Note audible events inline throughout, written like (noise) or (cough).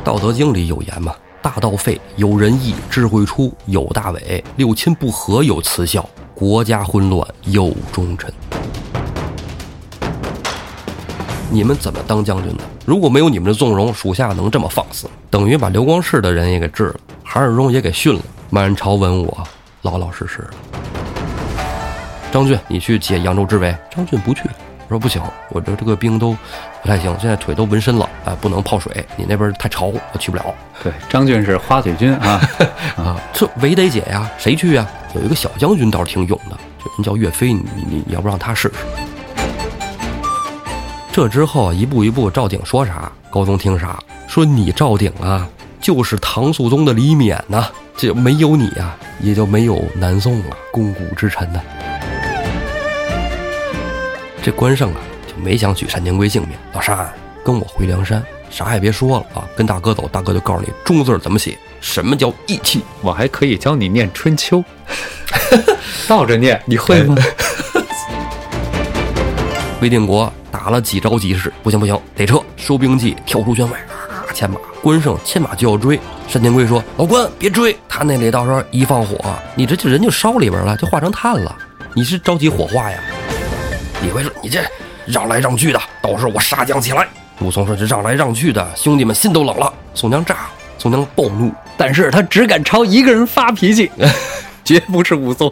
《道德经》里有言嘛：“大道废，有仁义；智慧出，有大伪；六亲不和，有慈孝；国家混乱，有忠臣。”你们怎么当将军的？如果没有你们的纵容，属下能这么放肆？等于把刘光世的人也给治了，韩世忠也给训了，满朝文武老老实实的。张俊，你去解扬州之围。张俊不去，我说不行，我这这个兵都不太行，现在腿都纹身了，哎，不能泡水，你那边太潮，我去不了。对，张俊是花腿军啊啊，这围得解呀，谁去呀？有一个小将军倒是挺勇的，这人叫岳飞，你你你要不让他试试？这之后啊一步一步，赵鼎说啥，高宗听啥，说你赵鼎啊，就是唐肃宗的李勉呐、啊，这没有你啊，也就没有南宋了、啊，肱骨之臣呐、啊。这关胜啊，就没想举单廷圭性命，老沙跟我回梁山，啥也别说了啊，跟大哥走，大哥就告诉你“忠”字怎么写，什么叫义气， (laughs) 我还可以教你念《春 (laughs) 秋》倒着念，哎你会吗？魏定国打了几招几式，不行不行，得撤，收兵器，跳出圈外，啊，牵马。关胜牵马就要追，单廷圭说：“老关，别追，他那里到时候一放火，你这就人就烧里边了，就化成炭了。你是着急火化呀？”李逵说：“你这让来让去的，到时候我杀将起来。”武松说：“这让来让去的，兄弟们心都冷了。”宋江炸了，宋江暴怒，但是他只敢朝一个人发脾 (laughs) 气，绝不是武松。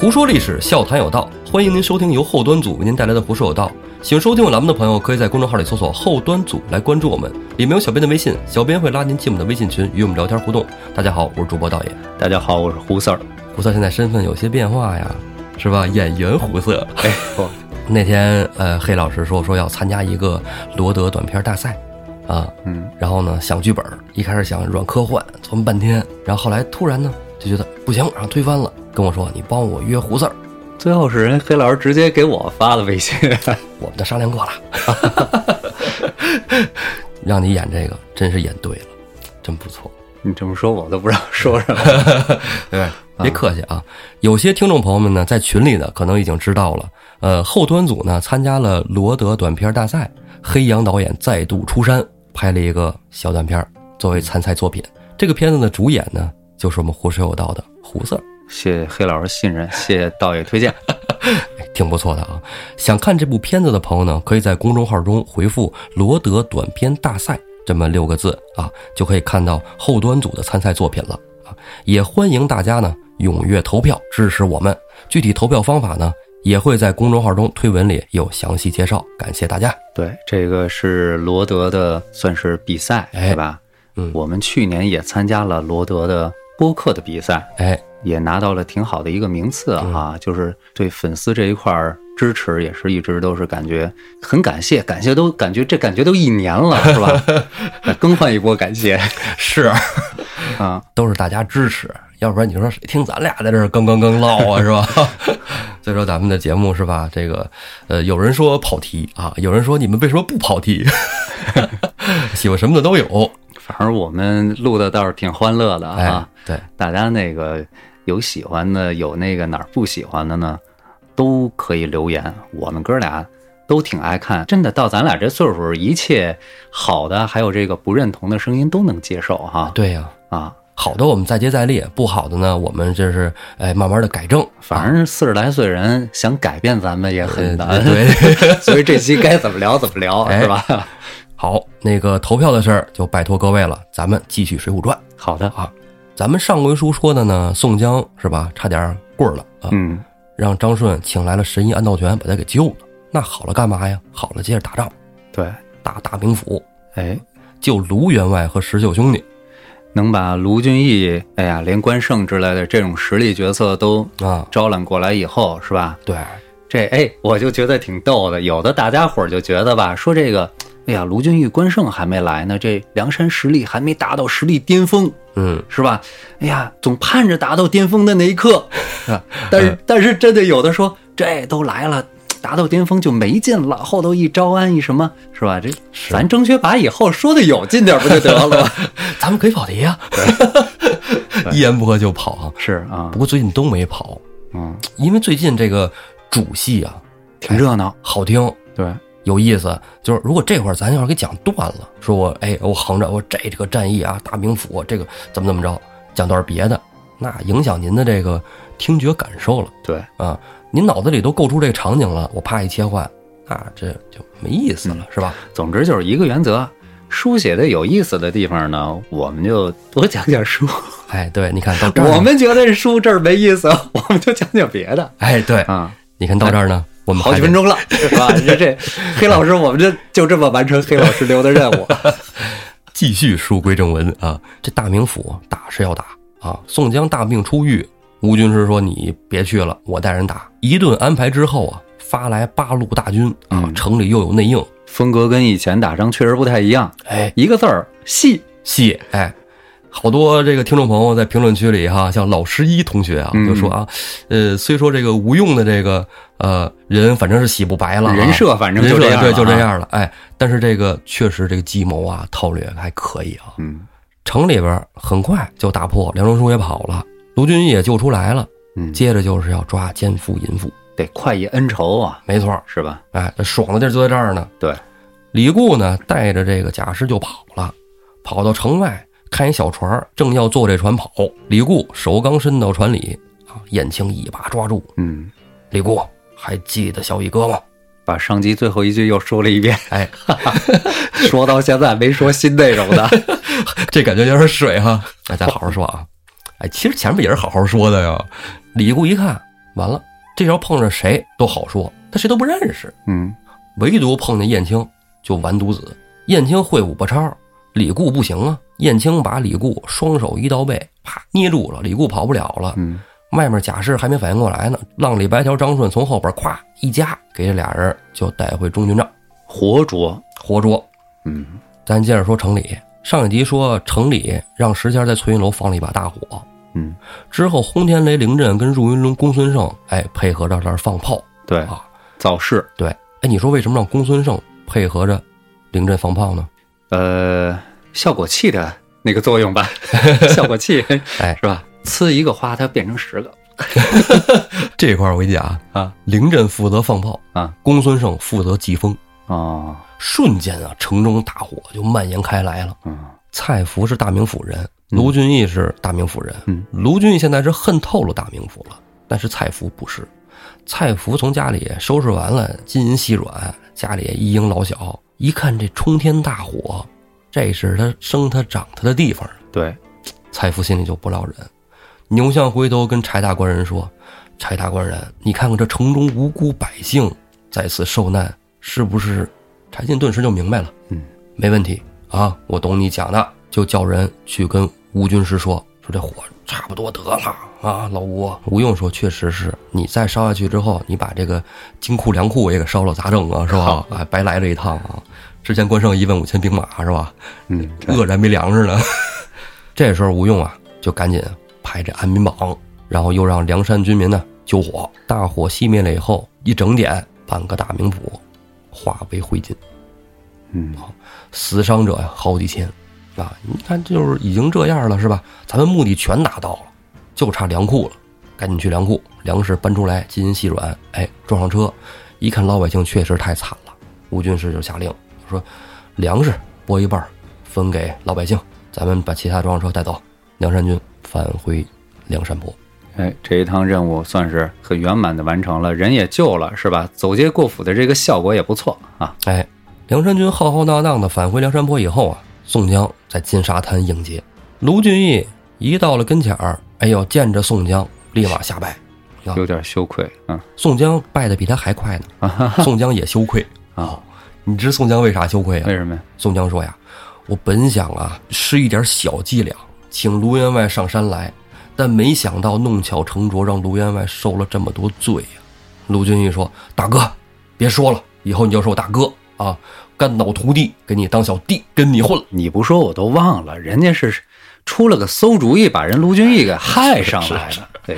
胡说历史，笑谈有道。欢迎您收听由后端组为您带来的《胡说有道》。喜欢收听我栏目的朋友，可以在公众号里搜索“后端组”来关注我们，里面有小编的微信，小编会拉您进我们的微信群，与我们聊天互动。大家好，我是主播导演。大家好，我是胡四儿。胡四儿现在身份有些变化呀，是吧？演员胡四。哎，哦、那天呃，黑老师说说要参加一个罗德短片大赛。啊，嗯，然后呢，想剧本，一开始想软科幻，琢磨半天，然后后来突然呢，就觉得不行，然后推翻了，跟我说你帮我约胡四儿，最后是人黑老师直接给我发了微 (laughs) 信，我们都商量过了， (laughs) 让你演这个，真是演对了，真不错。你这么说，我都不知道说什 (laughs) 么。对，别客气啊！有些听众朋友们呢，在群里的可能已经知道了。呃，后端组呢参加了罗德短片大赛，黑羊导演再度出山，拍了一个小短片作为参赛作品。这个片子的主演呢，就是我们胡说有道的胡四。谢谢黑老师信任，谢谢道爷推荐，挺不错的啊！想看这部片子的朋友呢，可以在公众号中回复“罗德短片大赛”。这么六个字啊，就可以看到后端组的参赛作品了啊！也欢迎大家呢踊跃投票支持我们。具体投票方法呢，也会在公众号中推文里有详细介绍。感谢大家。对，这个是罗德的算是比赛，哎、对吧？嗯，我们去年也参加了罗德的播客的比赛，哎，也拿到了挺好的一个名次啊，嗯、就是对粉丝这一块儿。支持也是一直都是感觉很感谢，感谢都感觉这感觉都一 (laughs) 年了是吧？更换一波感谢是啊，都是大家支持，要不然你说谁听咱俩在这儿更更更唠啊是吧？ (laughs) 所以说咱们的节目是吧？这个呃，有人说跑题啊，有人说你们为什么不跑题？ (laughs) 喜欢什么的都有，反正我们录的倒是挺欢乐的啊。哎、对，大家那个有喜欢的，有那个哪儿不喜欢的呢？都可以留言，我们哥俩都挺爱看，真的到咱俩这岁数，一切好的还有这个不认同的声音都能接受哈。对呀、啊，啊，好的我们再接再厉，不好的呢我们这是哎慢慢的改正。反正四十来岁人想改变咱们也很难，嗯、对， (laughs) 所以这期该怎么聊怎么聊、哎、(laughs) 是吧？好，那个投票的事儿就拜托各位了，咱们继续《水浒传》。好的啊，咱们上回书说的呢，宋江是吧，差点棍了啊。嗯。让张顺请来了神医安道全，把他给救了。那好了，干嘛呀？好了，接着打仗。对，打大名府，哎，救卢员外和石秀兄弟，能把卢俊义，哎呀，连关胜之类的这种实力角色都啊招揽过来以后，是吧？对，这哎，我就觉得挺逗的。有的大家伙就觉得吧，说这个，哎呀，卢俊义、关胜还没来呢，这梁山实力还没达到实力巅峰。嗯，是吧？哎呀，总盼 (laughs) 嗯着达到巅峰的那一刻，但是但是真的有的说，这都来了，达到巅峰就没劲了，后头一招安一什么，是吧？这是咱争学把以后说的有劲点儿不就得 (laughs) 了吗？咱们可以跑题啊， (laughs) 一言不合就跑啊。是啊不，过最近都没跑，嗯，哎因为最近这个主戏啊挺热闹，好听对，有意思。就是如果这会儿咱要是给讲断了，说我哎我横着我这这个战役啊大名府这个怎么怎么着，讲段别的，那影响您的这个听觉感受了对，啊。您脑子里都构出这个场景了，我啪一切换，那这就没意思了，嗯是吧？总之就是一个原则，书写的有意思的地方呢，我们就多讲讲书。哎，对，你看到这儿呢，我们觉得书这儿没意思， (laughs) 我们就讲讲别的哎对，啊。你看到这儿呢，我们好还几得分钟了， (laughs) 是吧？这这黑老师，我们就就这么完成黑老师留的任务。继续书归正文啊，这大名府打是要打啊。宋江大病初愈，吴军师说：“你别去了，我带人打。”一顿安排之后啊，发来八路大军啊，嗯城里又有内应， (laughs) 风格跟以前打仗确实不太一样，哎，一个字儿戏。戏哎。好多这个听众朋友在评论区里哈、像老十一同学啊，嗯就说啊，呃，虽说这个吴用的这个呃人，反正是洗不白了啊、人设反正就这人样设了对，啊就这样了，哎，但是这个确实这个计谋啊、套略还可以啊，嗯城里边很快就打破，梁中书也跑了，卢俊义也救出来了。嗯，接着就是要抓奸夫淫妇，得快意恩仇啊，没错儿，是吧？嗯哎，这爽的地儿就在这儿呢。对，李固呢，带着这个贾师就跑了，跑到城外看一小船儿，正要坐这船跑，李固手刚伸到船里，啊，燕青一把抓住嗯，李固，还记得小义哥吗？把上集最后一句又说了一 (laughs) 遍，哎， (laughs) 说到现在没说新内容的。这感觉有点水哈、哎，咱好好说啊。哎，其实前面也是好好说的呀。李固一看，完了，这要碰着谁都好说，他谁都不认识， (laughs) 嗯，唯独碰见燕青就完犊子。燕青会五八超，李固不行啊。燕青把李固双手一刀背，啪捏住了，李固跑不了了。嗯，外面贾氏还没反应过来呢，浪里白条张顺从后边咵一夹，给这俩人就带回中军帐活捉。活捉。嗯咱接着说城里，上一集说城里让石谦在翠云楼放了一把大火，嗯，之后轰天雷、凌震跟入云龙公孙胜，哎，配合着这儿放炮对，啊，造势。对，哎，你说为什么让公孙胜配合着凌震放炮呢？呃，效果器的那个作用 (laughs) 吧，效果器，哎是吧？呲一个花，它变成十个。这块儿我跟你讲啊，凌震负责放炮啊，公孙胜负责祭风，哦，瞬间啊，城中大火就蔓延开来了。嗯蔡福是大名府人，嗯卢俊义是大名府人。嗯卢俊义现在是恨透了大名府了，但是蔡福不是。蔡福从家里收拾完了，金银细软，家里一应老小，一看这冲天大火，这是他生他长他的地方。对，蔡福心里就不落忍，牛向回头跟柴大官人说：“柴大官人，你看看这城中无辜百姓在此受难，是不是？”柴进顿时就明白了，嗯，没问题啊，我懂你讲的，就叫人去跟吴军师说，说这火差不多得了啊，老吴。吴用说：“确实是，你再烧下去之后，你把这个金库粮库也给烧了，咋整啊？是吧好？哎，白来这一趟啊！之前关胜一万五千兵马是吧？嗯，对饿着还没粮食呢。 (laughs) 这时候吴用啊，就赶紧派这安民榜，然后又让梁山军民呢救火。大火熄灭了以后，一整点，半个大名府化为灰烬，嗯，死伤者呀好几千。啊，你看就是已经这样了是吧？咱们目的全达到了，就差粮库了，赶紧去粮库，粮食搬出来，金银细软，哎，装上车。一看老百姓确实太惨了，吴军师就下令说，粮食拨一半儿分给老百姓，咱们把其他装上车带走。梁山军返回梁山泊，哎，这一趟任务算是很圆满的完成了，人也救了，是吧？走街过府的这个效果也不错啊。哎，梁山军浩浩荡荡的返回梁山泊以后啊，宋江在金沙滩迎接卢俊义，一到了跟前儿，哎呦，见着宋江立马下拜。啊有点羞愧，嗯宋江拜的比他还快呢，宋江也羞愧。哦啊，你知宋江为啥羞愧啊为？什么呀？宋江说呀：“我本想啊，施一点小伎俩，请卢员外上山来，但没想到弄巧成拙，让卢员外受了这么多罪呀、卢俊义说：“大哥，别说了，以后你就是我大哥啊，干老徒弟，给你当小弟，跟你混。你不说我都忘了，人家是出了个馊主意，把人卢俊义给害上来了。对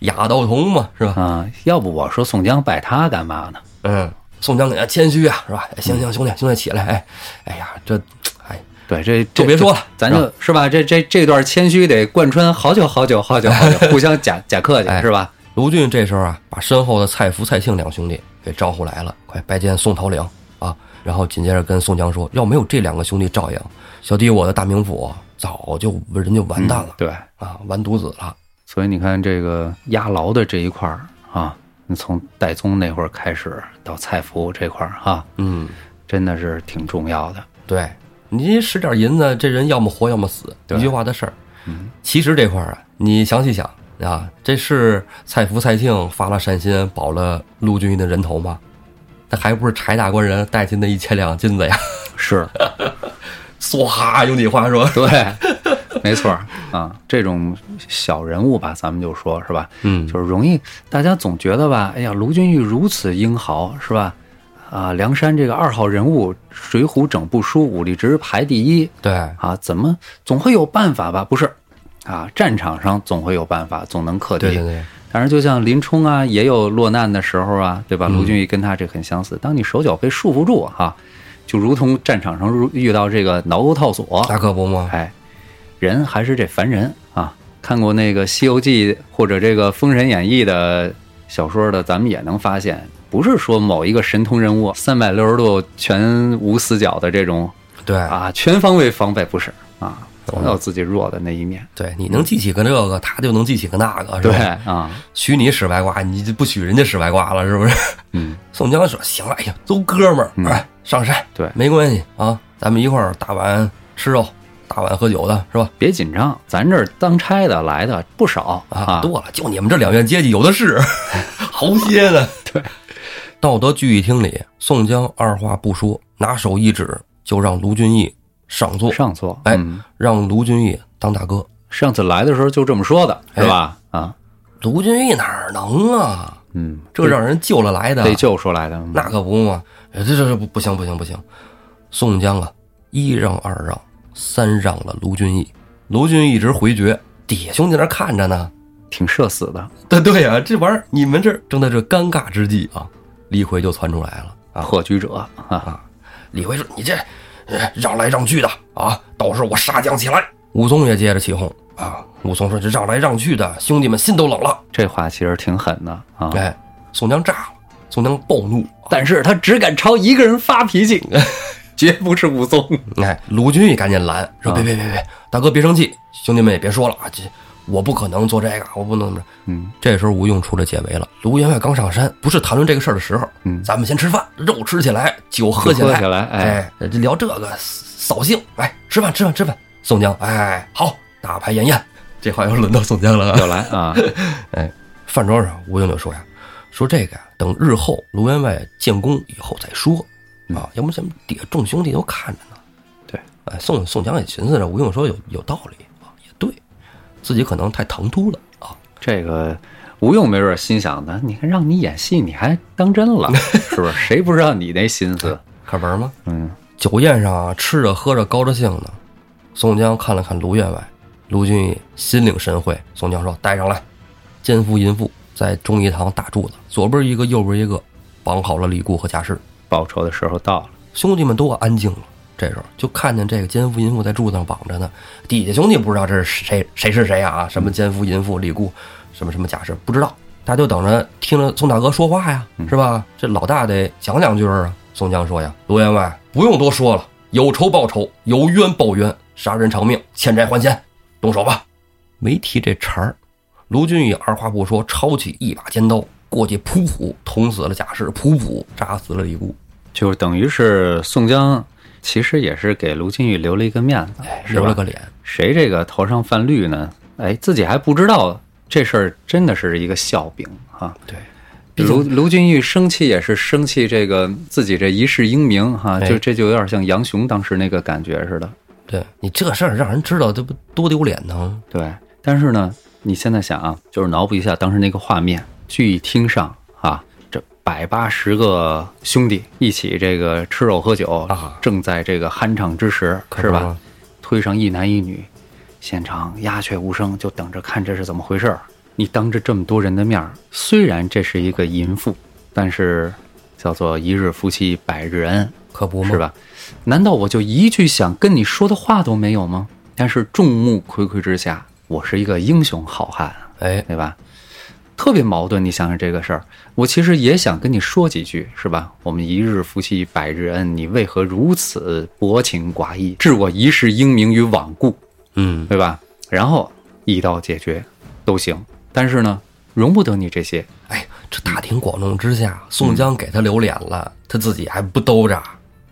雅道同嘛，是吧？啊，要不我说宋江拜他干嘛呢？嗯，宋江给他谦虚啊，是吧？哎行行，兄弟，兄弟起来，哎，哎呀，这，哎，对，这啊就别说了咱就是吧？这这这段谦虚得贯穿好久好久好久 (laughs) 好久，互相假假客气哎是吧？卢俊这时候啊，把身后的蔡福、蔡庆两兄弟给招呼来了，快拜见宋朝良啊！然后紧接着跟宋江说，要没有这两个兄弟照应，小弟我的大名府早就人就完蛋了、嗯对，啊，完犊子了。所以你看这个押牢的这一块儿啊，你从戴宗那会儿开始到蔡福这块儿哈、嗯，真的是挺重要的。对你使点银子，这人要么活要么死，对一句话的事儿。嗯，其实这块儿啊，你详细想啊，这是蔡福、蔡庆发了善心保了陆俊义的人头吗？那还不是柴大官人带进的一千两金子呀？ (laughs) 是，唰哈，用你话说， (laughs) 对，没错儿啊，这种小人物吧，咱们就说是吧，嗯就是容易大家总觉得吧，哎呀，卢俊义如此英豪是吧？啊，梁山这个二号人物，《水浒》整部书武力值排第一对，啊，怎么总会有办法吧？不是啊，战场上总会有办法，总能克敌。对对对，当然，就像林冲啊，也有落难的时候啊，对吧？嗯卢俊义跟他这很相似。当你手脚被束缚住哈、就如同战场上如遇到这个挠钩套索，大可不嘛，哎，人还是这凡人啊。看过那个《西游记》或者这个《封神演义》的小说的，咱们也能发现，不是说某一个神通人物三百六十度全无死角的这种对啊，全方位防备，不是啊，总有自己弱的那一面。对，你能记起个这个，他就能记起个那个，是对吧？啊，许你使外挂，你就不许人家使外挂了，是不是？ (laughs) 嗯，宋江说：“行了，哎呀，都哥们儿，嗯哎，上山，对没关系啊，咱们一块儿大碗吃肉，大碗喝酒的是吧？别紧张，咱这儿当差的来的不少啊，多了，就你们这两院阶级有的是， (laughs) 好些呢。 (laughs) 对，到得聚义厅里，宋江二话不说，拿手一指，就让卢俊义上座，上座。哎嗯让卢俊义当大哥。上次来的时候就这么说的，是吧？啊，卢俊义哪儿能啊？嗯，这让人救了来的，得救出来的，嗯那可不嘛！哎这这这不不行不行不行！宋江啊，一让二让三让了卢俊义，卢俊义一直回绝，底下兄弟那儿看着呢。挺社死的。对对呀、这玩意儿你们这儿正在这尴尬之际啊，李逵就窜出来了啊！破局者啊，李逵说：“你这呃让来让去的啊，到时候我杀将起来。”武松也接着起哄啊！武松说：“这让来让去的，兄弟们心都冷了。这话其实挺狠的啊”。哎，宋江炸了，宋江暴怒，但是他只敢朝一个人发脾气， (laughs) 绝不是武松。哎，卢俊义赶紧拦，说啊别别别别，大哥别生气，兄弟们也别说了啊，这我不可能做这个，我不能怎么着。嗯，这时候吴用出来解围了，卢员外刚上山，不是谈论这个事儿的时候，嗯咱们先吃饭，肉吃起来，酒喝起来，喝起来哎哎，这聊这个扫兴，哎，吃饭吃饭吃饭。宋江，哎，好，大排宴宴，这话又轮到宋江了啊。又来 (laughs) 啊，哎，饭桌上吴用就说呀，说这个呀，等日后卢员外建功以后再说啊，要不咱们底下众兄弟都看着呢。对，哎，宋宋江也寻思着，吴用说有有道理啊，也对，自己可能太唐突了啊。这个吴用没准心想的，你看让你演戏，你还当真 (laughs) 了，是不是？谁不知道你那心思？可不是吗？嗯，酒宴上啊，吃着喝着高着兴呢，宋江看了看卢员外，卢俊义心领神会。宋江说：“带上来。”奸夫淫妇在忠义堂打柱子，左边一个，右边一个，绑好了李固和贾氏。报仇的时候到了，兄弟们都安静了。这时候就看见这个奸夫淫妇在柱子上绑着呢，底下兄弟不知道这是谁谁是谁啊？什么奸夫淫妇、李固，什么什么贾氏，不知道。大家就等着听着宋大哥说话呀，是吧？这老大得讲两句啊。宋江说呀：“卢员外，不用多说了，有仇报仇，有冤报冤，杀人偿命，欠债还钱，动手吧。”没提这茬儿，卢俊义二话不说，抄起一把尖刀过去，噗噗捅死了贾氏，噗噗扎死了李固。就等于是宋江，其实也是给卢俊义留了一个面子，是哎留吧了？个脸。谁这个头上犯绿呢？哎，自己还不知道这事儿真的是一个笑柄啊。对，卢卢俊义生气也是生气这个自己这一世英名哈，哎就这就有点像杨雄当时那个感觉似的。对你这事儿让人知道，这不多丢脸呢？对，但是呢，你现在想啊，就是脑补一下当时那个画面，聚义厅上啊，这百八十个兄弟一起这个吃肉喝酒啊正在这个酣畅之时，可是不吧嘛？推上一男一女，现场鸦雀无声，就等着看这是怎么回事儿。你当着这么多人的面儿，虽然这是一个淫妇，但是叫做“一日夫妻百日恩”，可不嘛，是？吧？难道我就一句想跟你说的话都没有吗？但是众目睽睽之下，我是一个英雄好汉啊，哎，对吧？特别矛盾，你想想这个事儿，我其实也想跟你说几句，是吧？我们一日夫妻百日恩，你为何如此薄情寡义，置我一世英名于罔顾，嗯，对吧？然后一刀解决都行，但是呢，容不得你这些，哎，这大庭广众之下，嗯宋江给他留脸了，他自己还不兜着，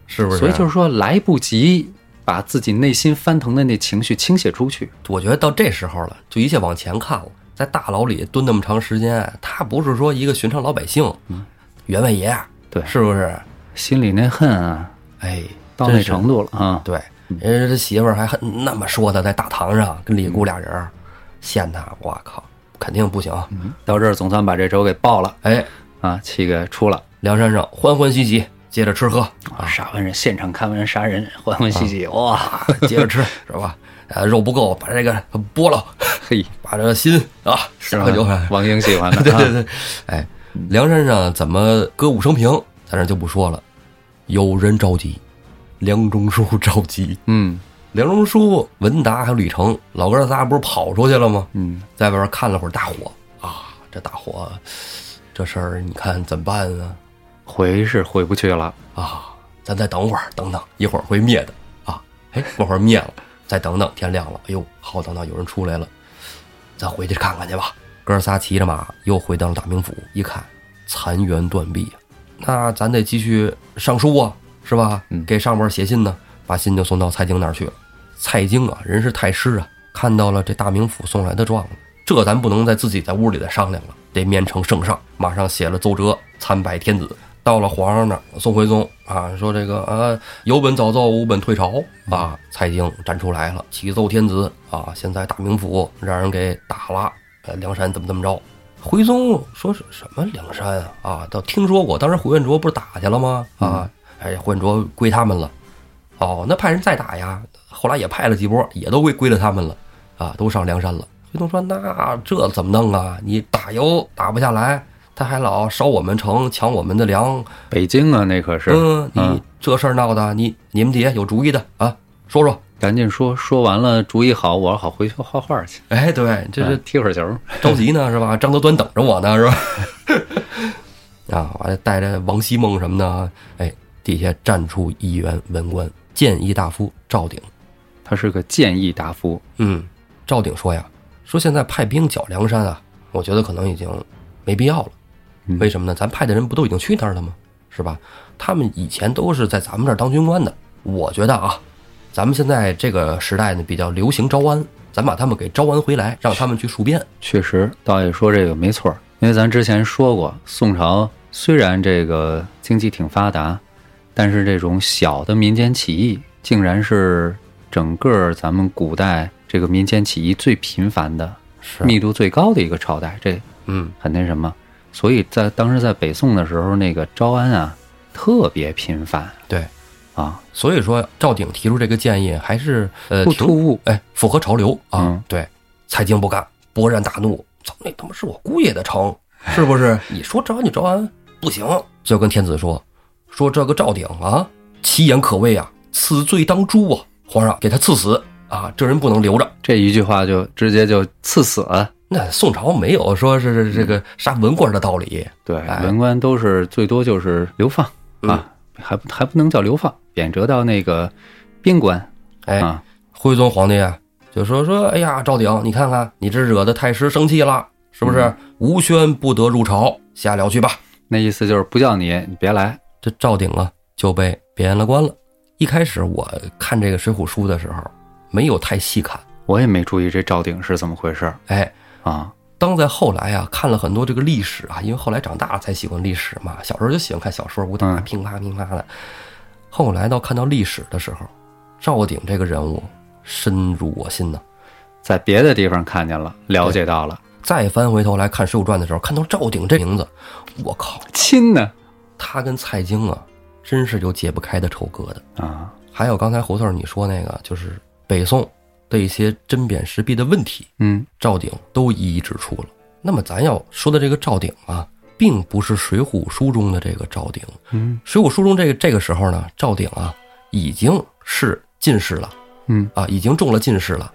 是啊不是？所以就是说来不及把自己内心翻腾的那情绪倾泻出去，我觉得到这时候了，就一切往前看了。在大牢里蹲那么长时间，他不是说一个寻常老百姓，员外爷，嗯对是不是？心里那恨啊，哎，到真那是程度了啊。对，人家这媳妇儿还很那么说他，在大堂上跟李嗯姑俩人儿陷他，我靠，肯定不行。到这儿总算把这仇给报了哎，啊，七个出了。啊梁山上欢欢喜喜，接着吃 (laughs) 喝，杀完人，现场看完杀人，欢欢喜喜，哇，接着吃是吧？呃，肉不够，把这个剥了， (laughs) 嘿，把这心啊，是吧喝酒。王英喜欢 (laughs) 的， (laughs) 对对啊，对， (laughs) 哎，梁山上怎么歌舞升平，咱这就不说了。有人着急，梁中书着急。嗯梁中书、文达还有李成，老哥仨不是跑出去了吗？嗯，在外边看了会儿大火啊，这大火，这事儿你看怎么办啊？回是回不去了，啊，咱再等会儿，等等，一会儿会灭的啊。哎，过会儿灭了，再等等，天亮了，哎呦，浩荡荡有人出来了，咱回去看看去吧。哥仨骑着马又回到了大名府，一看残垣断壁啊，那咱得继续上书啊，是吧？嗯给上边写信呢，把信就送到蔡京那儿去了。蔡京啊，人是太师啊，看到了这大名府送来的状子，这咱不能在自己在屋里再商量了，得面呈圣上。马上写了奏折参拜天子，到了皇上那儿，宋徽宗啊说这个啊有本早奏，无本退朝啊。蔡京站出来了，启奏天子啊，现在大名府让人给打了，呃，梁山怎么怎么着。徽宗说是什么梁山啊？啊，倒听说过，当时胡彦卓不是打去了吗？啊，哎，胡彦卓归他们了。哦，那派人再打呀，后来也派了几波，也都归归了他们了，啊，都上梁山了。徽宗说：“那这怎么弄啊？你打油打不下来，他还老烧我们城，抢我们的粮，北京啊，那可是，嗯，嗯你这事儿闹的，你你们底下有主意的啊，说说。赶紧说，说完了主意好，我好回去画画去，”哎，对，这啊是踢会儿球，着急 (laughs) 呢，是吧？张德端等着我呢，是吧？ (laughs) 啊，完了，带着王希孟什么的，哎，底下站出一员文官，谏议大夫赵鼎。他是个谏议大夫，嗯，赵鼎说呀，说现在派兵剿梁山啊，我觉得可能已经没必要了。嗯为什么呢？咱派的人不都已经去那儿了吗？是吧？他们以前都是在咱们这儿当军官的。我觉得啊，咱们现在这个时代呢，比较流行招安，咱把他们给招安回来，让他们去戍边。确实，道爷说这个没错儿，因为咱之前说过，宋朝虽然这个经济挺发达，但是这种小的民间起义，竟然是整个咱们古代这个民间起义最频繁的、是密度最高的一个朝代，这嗯，很那什么。所以在当时在北宋的时候，那个招安啊特别频繁对。啊，所以说，赵鼎提出这个建议还是呃不挺突兀。哎，符合潮流啊。嗯对，蔡京不干，勃然大怒：“操，那他妈是我姑爷的城，是不是？你说招安就招安，不行！”就跟天子说：“说这个赵鼎啊，其言可畏啊，此罪当诛啊！皇上给他赐死啊，这人不能留着。”这一句话就直接就赐死了。那宋朝没有说是这个杀文官的道理，对，哎嗯文官都是最多就是流放啊，还不还不能叫流放，贬谪到那个边关哎，啊。徽宗皇帝啊，就说说，哎呀，赵鼎，你看看，你这惹得太师生气了，是不嗯是？吴宣不得入朝，下僚去吧。那意思就是不叫你，你别来。这赵鼎啊就被贬了官了。一开始我看这个《水浒书》的时候，没有太细看，我也没注意这赵鼎是怎么回事儿哎，啊。当在后来啊看了很多这个历史啊，因为后来长大了才喜欢历史嘛，小时候就喜欢看小说，武打嗯乒乓乒乓的。后来到看到历史的时候，赵鼎这个人物深入我心呐、在别的地方看见了，了解到了，再翻回头来看《水浒传》的时候，看到赵鼎这名字，我靠，亲呢他跟蔡京啊，真是有解不开的仇疙瘩。啊，还有刚才胡四儿你说那个，就是北宋的一些针砭时弊的问题，嗯赵鼎都一一指出了。那么咱要说的这个赵鼎啊，并不是《水浒》书中的这个赵鼎。嗯《水浒》书中这个这个时候呢，赵鼎啊已经是进士了嗯啊，已经中了进士了，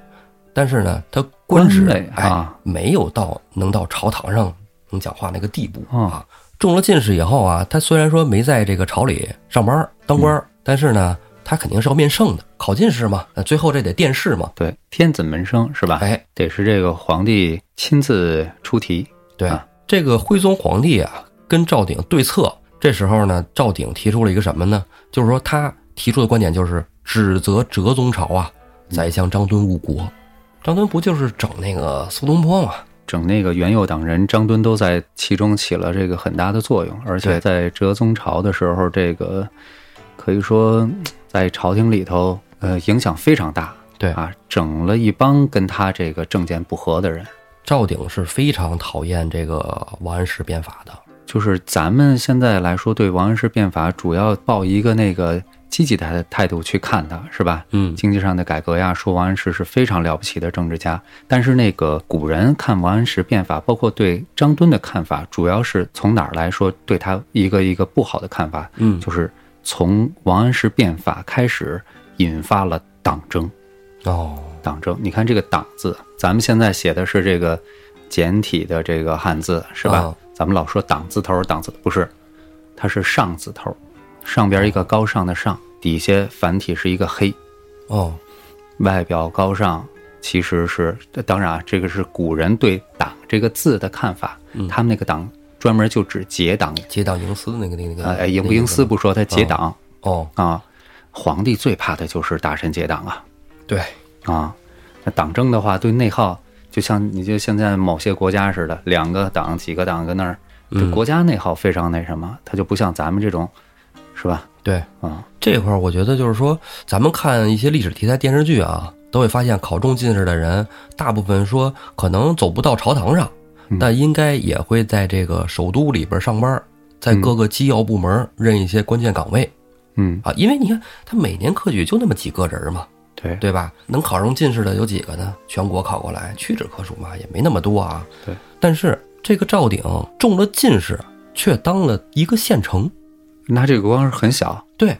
但是呢，他官职官位哎啊没有到能到朝堂上能讲话那个地步哦啊。中了进士以后啊，他虽然说没在这个朝里上班儿当官儿，但是呢，他肯定是要面圣的，考进士嘛，那最后这得殿试嘛。对，天子门生是吧？哎，得是这个皇帝亲自出题。对，啊这个徽宗皇帝啊，跟赵鼎对策。这时候呢，赵鼎提出了一个什么呢？就是说他提出的观点就是指责哲宗朝啊，宰相张敦误国。张敦不就是整那个苏东坡嘛？整那个元佑党人张敦都在其中起了这个很大的作用，而对且在哲宗朝的时候，这个可以说嗯在朝廷里头，呃，影响非常大。对啊，整了一帮跟他这个政见不合的人，赵鼎是非常讨厌这个王安石变法的。就是咱们现在来说，对王安石变法主要抱一个那个积极的态度去看它，是吧？嗯，经济上的改革呀，说王安石是非常了不起的政治家，但是那个古人看王安石变法，包括对张敦的看法，主要是从哪儿来说对他一个一个不好的看法，嗯就是从王安石变法开始引发了党争。哦，党争，你看这个“党”字，咱们现在写的是这个简体的这个汉字，是吧？啊咱们老说“党”字头，“党”字不是，它是“上”字头，上边一个高尚的“上”，底下繁体是一个“黑”。哦，外表高尚，其实是当然啊，这个是古人对“党”这个字的看法。嗯他们那个“党”专门就指结党，结党营私那个那个那个，呃，赢不赢私不说，他结党、哦，啊。皇帝最怕的就是大臣结党啊对，啊！那党争的话，对内耗，就像你就现在某些国家似的，两个党、几个党跟那儿，这嗯国家内耗非常那什么，它就不像咱们这种，是吧？对，啊，这块儿，我觉得就是说，咱们看一些历史题材电视剧啊，都会发现考中进士的人，大部分说可能走不到朝堂上，但应该也会在这个首都里边上班，在各个机要部门任一些关键岗位嗯，啊。因为你看，他每年科举就那么几个人嘛，对对吧？能考上进士的有几个呢？全国考过来屈指可数嘛，也没那么多啊。对，但是这个赵鼎中了进士，却当了一个县城。那这个光是很小，对，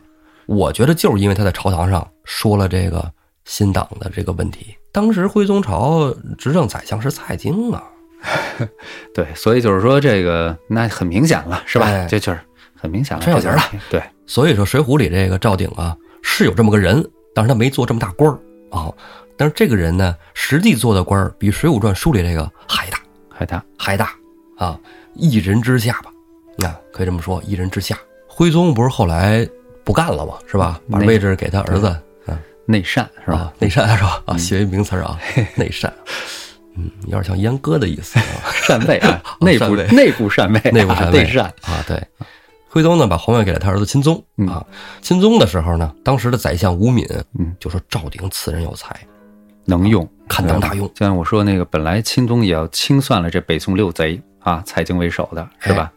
我觉得就是因为他在朝堂上说了这个新党的这个问题。当时徽宗朝执政宰相是蔡京啊，对，所以就是说这个那很明显了，是吧？哎这就是很明显了，穿小鞋了这就是。对，所以说《水浒》里这个赵鼎啊是有这么个人，但是他没做这么大官儿啊、但是这个人呢，实际做的官儿比《水浒传》书里这个还大海大，还大啊，一人之下吧，那、可以这么说，一人之下。徽宗不是后来不干了吗？是吧？把那位置给他儿子内善是吧？嗯啊，内善是吧？啊，学一名词儿啊，内善，嗯，有点像阉割的意思啊扇贝 (laughs) 啊，内部扇贝内部扇贝啊， (laughs) 内部善禅内位善，啊。对，徽宗呢把皇位给了他儿子钦宗嗯啊。钦宗的时候呢，当时的宰相吴敏嗯，就说赵鼎此人有才，能用，堪当大用就像我说那个，本来钦宗也要清算了这北宋六贼啊，蔡京为首的是哎吧？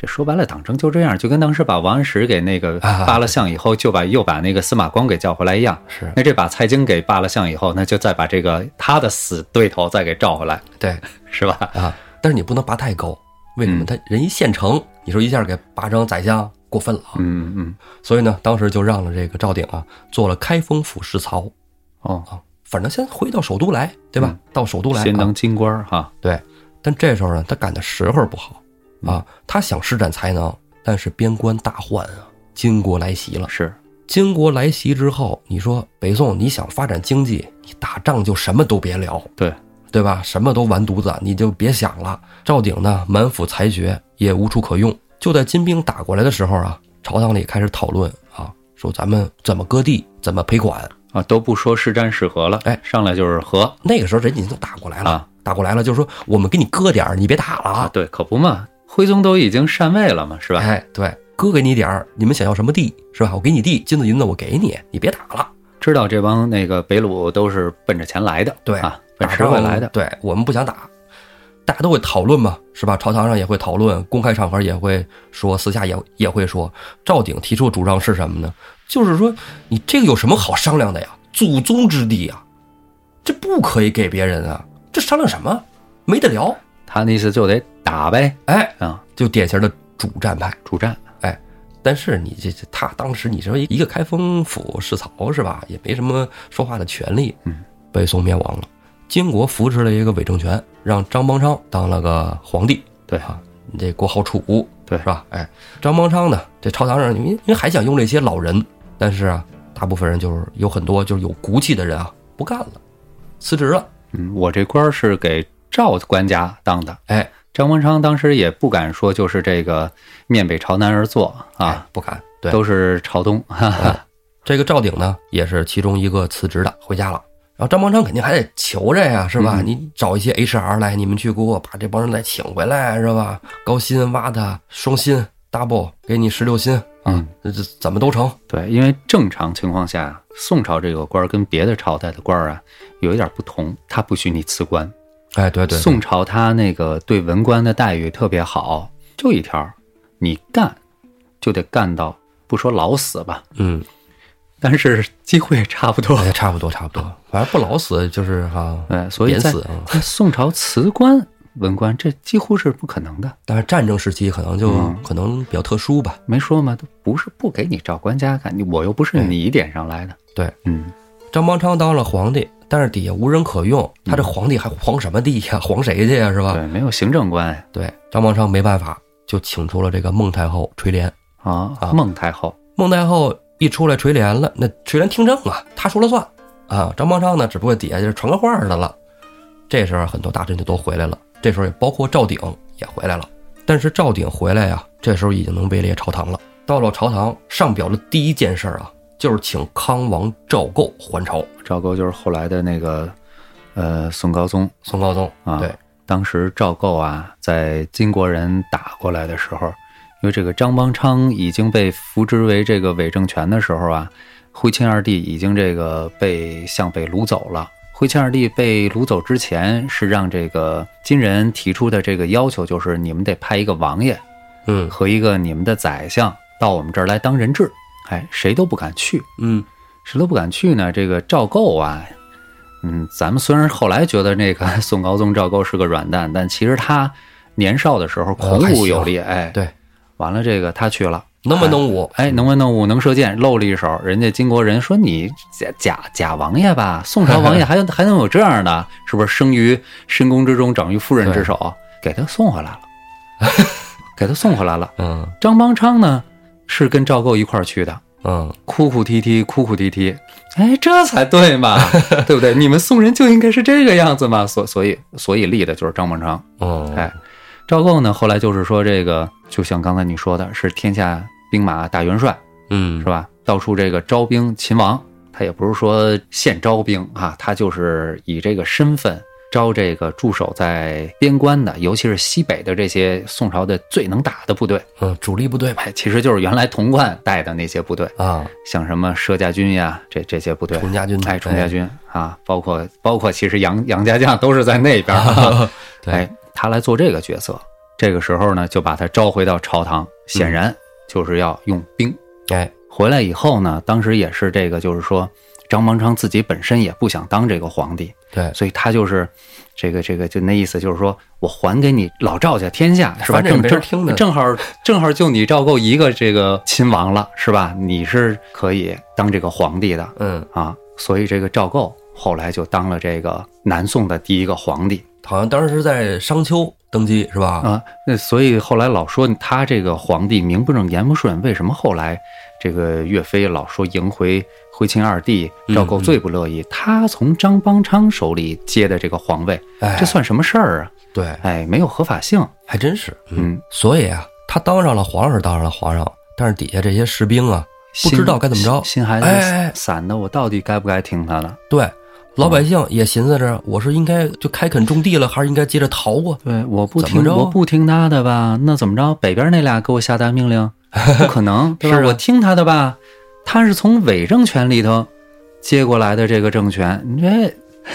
这说白了，党争就这样，就跟当时把王安石给那个啊扒了相以后，就把又把那个司马光给叫回来一样。是那这把蔡京给扒了相以后，那就再把这个他的死对头再给召回来，对是吧？啊。但是你不能拔太高，为什么？嗯他人一县城，你说一下给拔成宰相过分了啊。嗯嗯，所以呢，当时就让了这个赵鼎啊做了开封府实曹哦，啊，反正先回到首都来，对吧？到首都来，先啊。当京官儿哈，对，但这时候呢，他赶的时候不好啊，他想施展才能，但是边关大患啊，金国来袭了。是金国来袭之后，你说北宋你想发展经济，你打仗就什么都别聊，对，对吧？什么都完犊子，你就别想了。赵鼎呢，满腹才学也无处可用，就在金兵打过来的时候啊，朝堂里开始讨论啊，说咱们怎么割地，怎么赔款。啊，都不说是战是和了，哎上来就是和那个时候人家都打过来了，啊打过来了，就说我们给你割点儿，你别打了啊啊，对，可不嘛，徽宗都已经禅位了嘛，是吧？哎，对，哥给你点儿，你们想要什么地是吧？我给你地，金子银子我给你，你别打了。知道这帮那个北鲁都是奔着钱来的，对，啊，奔打实仗惠来的，对我们不想打，大家都会讨论嘛，是吧？朝堂上也会讨论，公开场合也会说，私下也也会说。赵鼎提出的主张是什么呢？就是说你这个有什么好商量的呀？祖宗之地啊，这不可以给别人啊！这商量什么？没得聊。他那意思就得打呗，哎，啊，就典型的主战派。主战哎，但是你这这他当时你说一个开封府世曹是吧，也没什么说话的权利，嗯，被宋灭亡了。金国扶持了一个伪政权，让张邦昌当了个皇帝，对啊，你这国号楚，对是吧？哎，张邦昌呢，这朝堂上因为因为还想用这些老人，但是啊，大部分人就是有很多就是有骨气的人啊，不干了，辞职了，嗯，我这官儿是给赵官家当的。哎，张文昌当时也不敢说，就是这个面北朝南而坐哎啊，，不干，对，哎都是朝东。哈哈，这个赵鼎呢，也是其中一个辞职的，回家了。然后张邦昌肯定还得求着呀，是吧？嗯你找一些 HR 来，你们去给我把这帮人来请回来，是吧？高薪挖他，双薪 double 给你十六薪啊嗯，这这怎么都成。对，因为正常情况下，宋朝这个官儿跟别的朝代的官儿啊，有一点不同，他不许你辞官。哎，对对，宋朝他那个对文官的待遇特别好，就一条儿，你干就得干到不说老死吧，嗯，但是机会也差不多。哎，差不多差不多，反正不老死就是哈、哎，所以免在死啊在宋朝辞官文官，这几乎是不可能的。但是战争时期可能就、嗯可能比较特殊吧。没说吗？都不是不给你找官家干，你我又不是对你点上来的。哎对，嗯，张邦昌当了皇帝，但是底下无人可用，他嗯这皇帝还皇什么帝呀？ (laughs) 皇谁去呀？是吧？对，没有行政官对，张邦昌没办法，就请出了这个孟太后垂帘。啊啊。孟太后，孟太后一出来垂帘了，那垂帘听政啊，她说了算啊。张邦昌呢，只不过底下就是传个话儿的了。这时候很多大臣就都回来了，这时候也包括赵鼎也回来了。但是赵鼎回来呀、这时候已经能位列朝堂了。到了朝堂，上表的第一件事儿啊，就是请康王赵构还朝。赵构就是后来的那个呃宋高宗宋高宗啊。对，，当时赵构啊，在金国人打过来的时候，因为这个张邦昌已经被扶植为这个伪政权的时候啊，徽钦二帝已经这个被向北掳走了。徽钦二帝被掳走之前，是让这个金人提出的这个要求，就是你们得派一个王爷。嗯和一个你们的宰相到我们这儿来当人质，哎，谁都不敢去，嗯，谁都不敢去呢。这个赵构啊，嗯，咱们虽然后来觉得那个 (laughs) 宋高宗赵构是个软蛋，但其实他年少的时候孔武有力，哎，对，完了这个他去了，能文能武，哎，能文能武，能射箭，露了一手。人家金国人说你假假假王爷吧，宋朝王爷还还能有这样的？是不是生于深宫之中，长于妇人之手？给他送回来了，给他送回来了。嗯张邦昌呢是跟赵构一块儿去的，嗯，哭哭啼啼，哭哭啼啼，哎，这才对嘛， (laughs) 对不对？你们宋人就应该是这个样子嘛，所所以所以立的就是张邦昌。哦，哎赵构呢，后来就是说这个，就像刚才你说的，是天下兵马大元帅，嗯是，吧？到处这个招兵勤王，他也不是说现招兵啊，他就是以这个身份招这个驻守在边关的，尤其是西北的这些宋朝的最能打的部队。嗯，主力部队吧，哎，其实就是原来童贯带的那些部队，啊，像什么佘家军呀，这这些部队，崇家军，哎，崇 (laughs) 家军 (laughs) 啊，包括包括其实杨杨家将都是在那边儿。 (laughs) 对哎，他来做这个角色，这个时候呢，就把他召回到朝堂，显然就是要用兵。哎，回来以后呢，当时也是这个，就是说张邦昌自己本身也不想当这个皇帝，对，所以他就是这个这个就那意思，就是说我还给你老赵家天下是吧？哎反正也正没人正听的正好正好就你赵构一个这个亲王了是吧？你是可以当这个皇帝的嗯，啊，所以这个赵构后来就当了这个南宋的第一个皇帝好像当时在商丘登基是吧？啊。那所以后来老说他这个皇帝名不正言不顺，为什么后来这个岳飞老说迎回徽钦二帝，赵嗯构最不乐意，他从张邦昌手里接的这个皇位。哎，这算什么事儿啊？对，哎，没有合法性。还真是。嗯，所以啊，他当上了皇上是当上了皇上，但是底下这些士兵啊，不知心道该怎么着心心哎还哎哎是散的，我到底该不该听他的？对老百姓也寻思着，我是应该就开垦种地了，还是应该接着逃啊？对，我不怎么听，着啊我不听他的吧？那怎么着？北边那俩给我下达 (laughs) 命令，不可能，对吧？是啊我听他的吧？他是从伪政权里头接过来的这个政权，你哎这，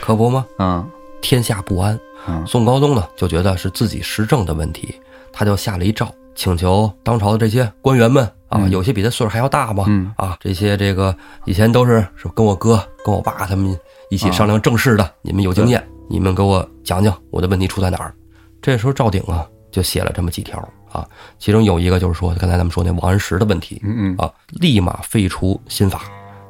可不吗？嗯天下不安。嗯宋高宗呢，就觉得是自己时政的问题，他就下了一诏，请求当朝的这些官员们啊，嗯有些比他岁数还要大嘛，嗯啊，这些这个以前都是是跟我哥、跟我爸他们一起商量正事的，你们有经验，你们给我讲讲我的问题出在哪儿。这时候赵鼎啊，就写了这么几条啊，其中有一个就是说刚才咱们说那王安石的问题嗯嗯啊，立马废除新法，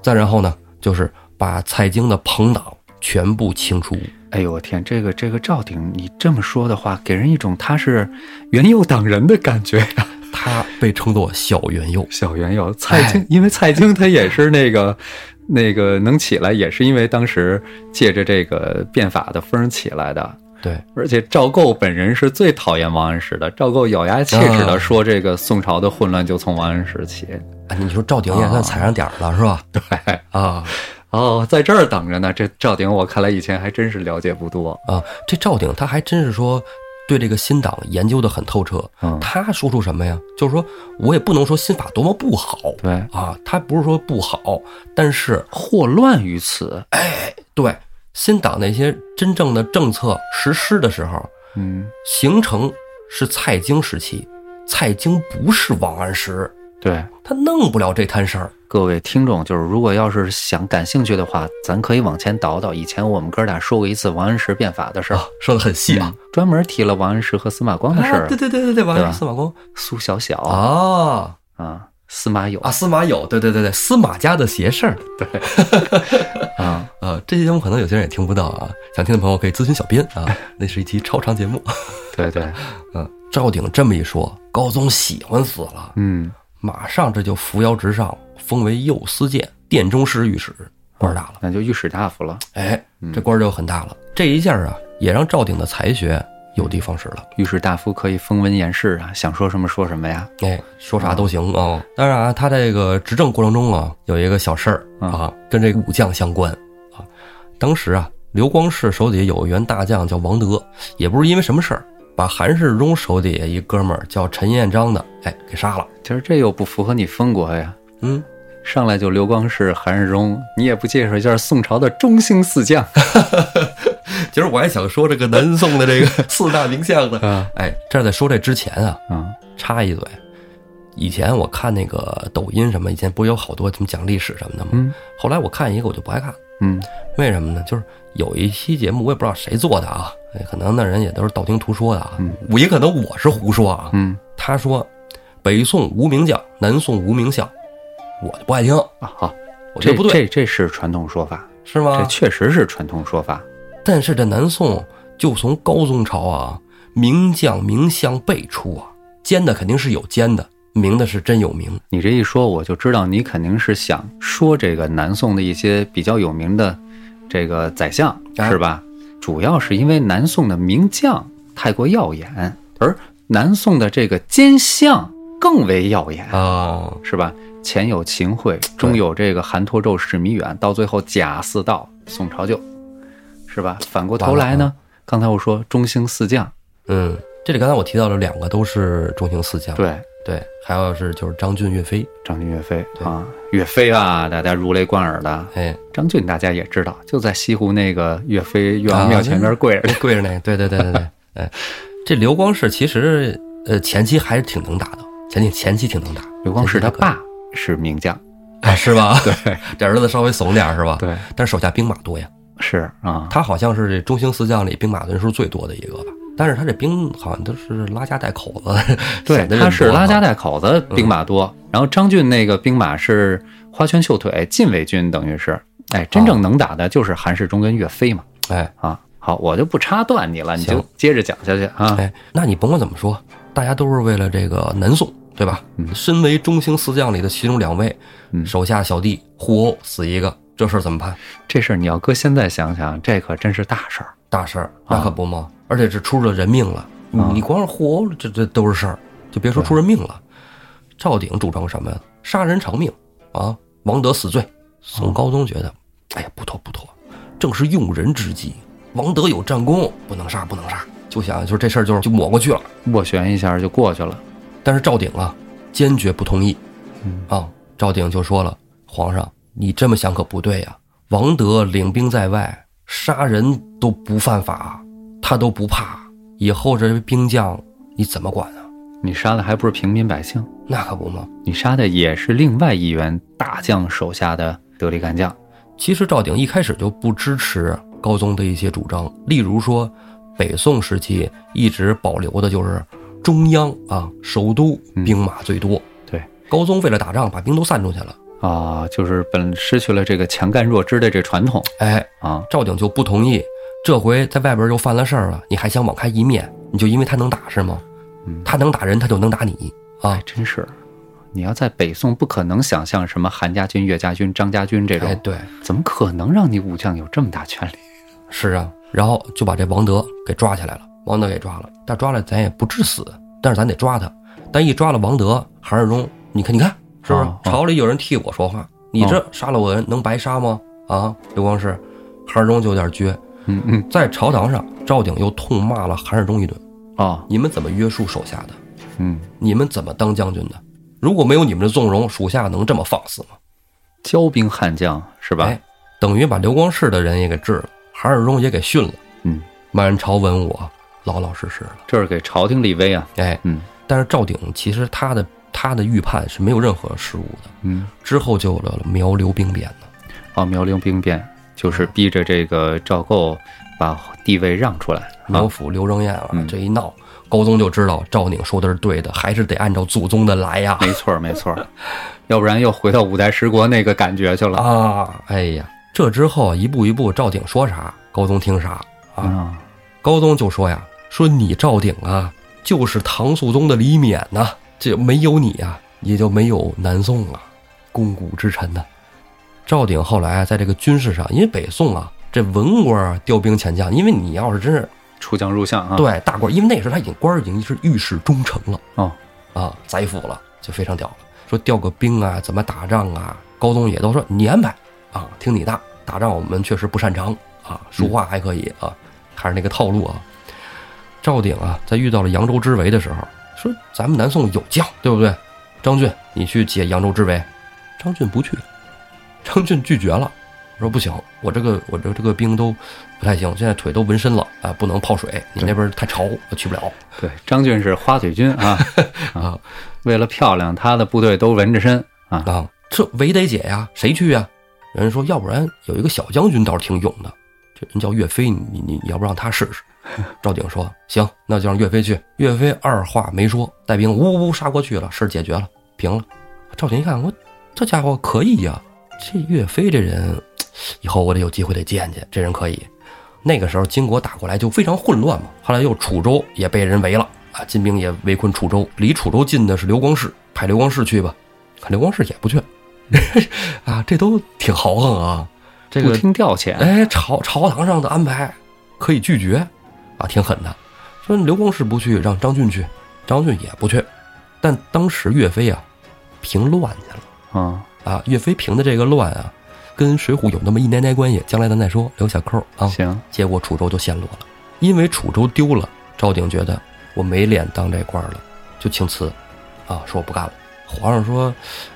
再然后呢，就是把蔡京的朋党全部清除。哎呦我天，这个这个赵鼎，你这么说的话，给人一种他是原佑党人的感觉呀。他被称作小元佑，小原佑，蔡京，因为蔡京他也是那个 (laughs) 那个能起来，也是因为当时借着这个变法的风儿起来的。对，而且赵构本人是最讨厌王安石的，赵构咬牙切齿啊的说：“这个宋朝的混乱就从王安石起。啊，你说赵鼎也算踩上点儿了、是吧？对啊哦，在这儿等着呢。这赵鼎，我看来以前还真是了解不多。啊，这赵鼎他还真是说对这个新党研究的很透彻。嗯，他说出什么呀？就是说我也不能说新法多么不好对，啊，他不是说不好，但是祸乱于此。对新党那些真正的政策实施的时候，嗯，形成是蔡京时期，蔡京不是王安石，对，他弄不了这摊事儿。各位听众，就是如果要是想感兴趣的话，咱可以往前倒倒。以前我们哥俩说过一次王安石变法的事儿，说的很细啊，嗯专门提了王安石和司马光的事儿。啊对对对对对，王对安吧石司马光苏小小啊啊司马友啊，司马友，对对对对，司马家的邪事儿。啊，呃，这期节目可能有些人也听不到啊，想听的朋友可以咨询小编啊，那是一期超长节目。对对，嗯，赵鼎这么一说，高宗喜欢死了，嗯，马上这就扶摇直上，封为右司谏、殿中侍御史，官儿大了。那就御史大夫了。哎，这官儿就很大了。这一下啊，也让赵鼎的才学有的放矢了。御史大夫可以封文言事啊，想说什么说什么呀。哎，说啥都行啊、当然啊，他这个执政过程中啊，有一个小事儿啊，跟这个武将相关啊。当时啊，刘光世手底下有一员大将叫王德，也不是因为什么事儿，把韩世忠手底下一哥们儿叫陈彦章的，哎，给杀了。其实这又不符合你封国呀。嗯， (laughs) 上来就刘光世、韩世忠，你也不介绍一下宋朝的中兴四将其实我还想说这个南宋的这个 (laughs) 四大名相呢。啊？哎，这儿在说这之前啊， (laughs) 啊，插一嘴，以前我看那个抖音什么，以前不是有好多怎么讲历史什么的吗？嗯后来我看一个我就不爱看了。嗯，为什么呢？就是有一期节目，我也不知道谁做的啊，哎可能那人也都是道听途说的啊，嗯我也可能我是胡说啊。嗯他说，北宋无名将，南宋无名相，我就不爱听，啊，好，我觉得这不对，啊这这是传统说法，是这吗？确实是传统说法。但是这南宋就从高宗朝啊，名将名相辈出啊，奸的肯定是有奸的，明的是真有明。你这一说，我就知道你肯定是想说这个南宋的一些比较有名的这个宰相，哎是吧？主要是因为南宋的名将太过耀眼，而南宋的这个奸相更为耀眼，啊，是吧？前有秦桧，中有这个韩托胄、史弥远，到最后贾似道，宋朝就，是吧？反过头来完了呢，刚才我说中兴四将，嗯，这里刚才我提到了两个都是中兴四将，对，对，还有是就是张俊、岳飞，张俊、岳飞啊，岳飞啊，大家如雷贯耳的，哎，张俊大家也知道，就在西湖那个岳飞岳王庙前面跪着。那哎跪着那个，对对对对对，哎，这刘光世其实呃前期还是挺能打的，前期前期挺能打，刘光世他爸是名将，啊是吧？对这儿子稍微怂点儿是吧？，对，但是手下兵马多呀，是啊，他好像是这中兴四将里兵马人数最多的一个吧，但是他这兵好像都是拉家带口子，对， (laughs) 显得他人是多拉家哈带口子，兵马多。然后张俊那个兵马是花拳绣腿，禁卫军等于是，哎，真正能打的就是韩世忠跟岳飞嘛。哎啊，好，我就不插断你了，你就行接着讲下去啊。哎，那你甭管怎么说，大家都是为了这个南宋。对吧？嗯身为中兴四将里的其中两位，嗯手下小弟互殴死一个，这事儿怎么办？这事儿你要搁现在想想，这可真是大事儿。大事儿，那可不嘛，而且是出了人命了。你啊你光是互殴，这这都是事儿，就别说出人命了。赵鼎主张什么呀？杀人偿命啊！王德死罪。宋高宗觉得，哎呀，不妥不妥，正是用人之际。王德有战功，不能杀，不能杀，就想就是这事儿就就抹过去了。斡旋一下就过去了。但是赵鼎啊，坚决不同意嗯。啊！赵鼎就说了：“皇上，你这么想可不对呀、王德领兵在外，杀人都不犯法，他都不怕。以后这兵将你怎么管啊？你杀的还不是平民百姓？那可不嘛！你杀的也是另外一员大将手下的得力干将。其实赵鼎一开始就不支持高宗的一些主张，例如说，北宋时期一直保留的就是中央啊，首都兵马最多。对，高宗为了打仗，把兵都散出去了。啊，就是本失去了这个强干弱枝的这传统哎，啊，赵景就不同意，这回在外边又犯了事儿了，你还想网开一面？你就因为他能打是吗？嗯他能打人，他就能打你啊！真是。你要在北宋，不可能想象什么韩家军、岳家军、张家军这种，哎，对，怎么可能让你武将有这么大权力？是啊，然后就把这王德给抓起来了，王德给抓了，但抓了咱也不致死，但是咱得抓他。但一抓了王德，韩世忠，你看，你看，是不是哦？哦朝里有人替我说话，你这杀了我的人能白杀吗？啊，刘光世，韩世忠就有点撅。嗯嗯，在朝堂上，赵鼎又痛骂了韩世忠一顿：“哦，你们怎么约束手下的？嗯，你们怎么当将军的？如果没有你们的纵容，属下能这么放肆吗？”骄兵悍将是吧？哎，等于把刘光世的人也给治了，韩世忠也给训了。嗯，满朝文武啊，老老实实了。这是给朝廷立威啊。哎，嗯但是赵鼎其实他的他的预判是没有任何失误的。嗯，之后就有了苗刘兵变呢。哦，苗陵兵变就是逼着这个赵构把地位让出来苗啊。阜、刘正彦啊，嗯这一闹，高宗就知道赵鼎说的是对的，还是得按照祖宗的来呀、没错儿没错儿，要不然又回到五代十国那个感觉去了。啊，哎呀，这之后啊一步一步，赵鼎说啥，高宗听啥啊。啊，高宗就说呀：“说你赵鼎啊，就是唐肃宗的李勉呐、这没有你啊，也就没有南宋啊，肱骨之臣呐、赵鼎后来啊在这个军事上，因为北宋啊，这文官啊调兵遣将，因为你要是真是出将入相啊。对大官，因为那时候他已经官儿已经是御史中丞了哦，啊，宰辅了，就非常屌了。说调个兵啊，怎么打仗啊，高宗也都说你安排啊，听你的。打仗我们确实不擅长啊，说话还可以啊，还是那个套路啊。赵鼎啊，在遇到了扬州之围的时候，说咱们南宋有将，对不对？张俊，你去解扬州之围。张俊不去，张俊拒绝了，说不行，我这个我这这个兵都不太行，现在腿都纹身了啊，不能泡水，你那边太潮，我去不了。对，张俊是花腿军 (laughs) 啊啊，为了漂亮，他的部队都纹着身啊。啊，这围得解呀，谁去呀？人说，要不然有一个小将军倒是挺勇的，这人叫岳飞，你你你要不让他试 (laughs) 试？赵鼎说行，那就让岳飞去。岳飞二话没说，带兵呜呜杀过去了，事儿解决了，平了。赵鼎一看，我这家伙可以呀、这岳飞这人，以后我得有机会得见见，这人可以。那个时候金国打过来就非常混乱嘛，后来又楚州也被人围了啊，金兵也围困楚州，离楚州近的是刘光世，派刘光世去吧， (laughs) 可刘光世也不去，啊，这都挺豪横啊，这不个听调遣，哎朝朝堂上的安排可以拒绝，啊，挺狠的，说刘光世不去，让张俊去，张俊也不去，但当时岳飞啊平乱去了。啊，啊，岳飞平的这个乱啊，跟《水浒》有那么一点点关系，将来咱再说，留小扣啊。行，结果楚州就陷落了，因为楚州丢了，赵鼎觉得我没脸当这官儿了，就请辞，啊，说我不干了。皇上说，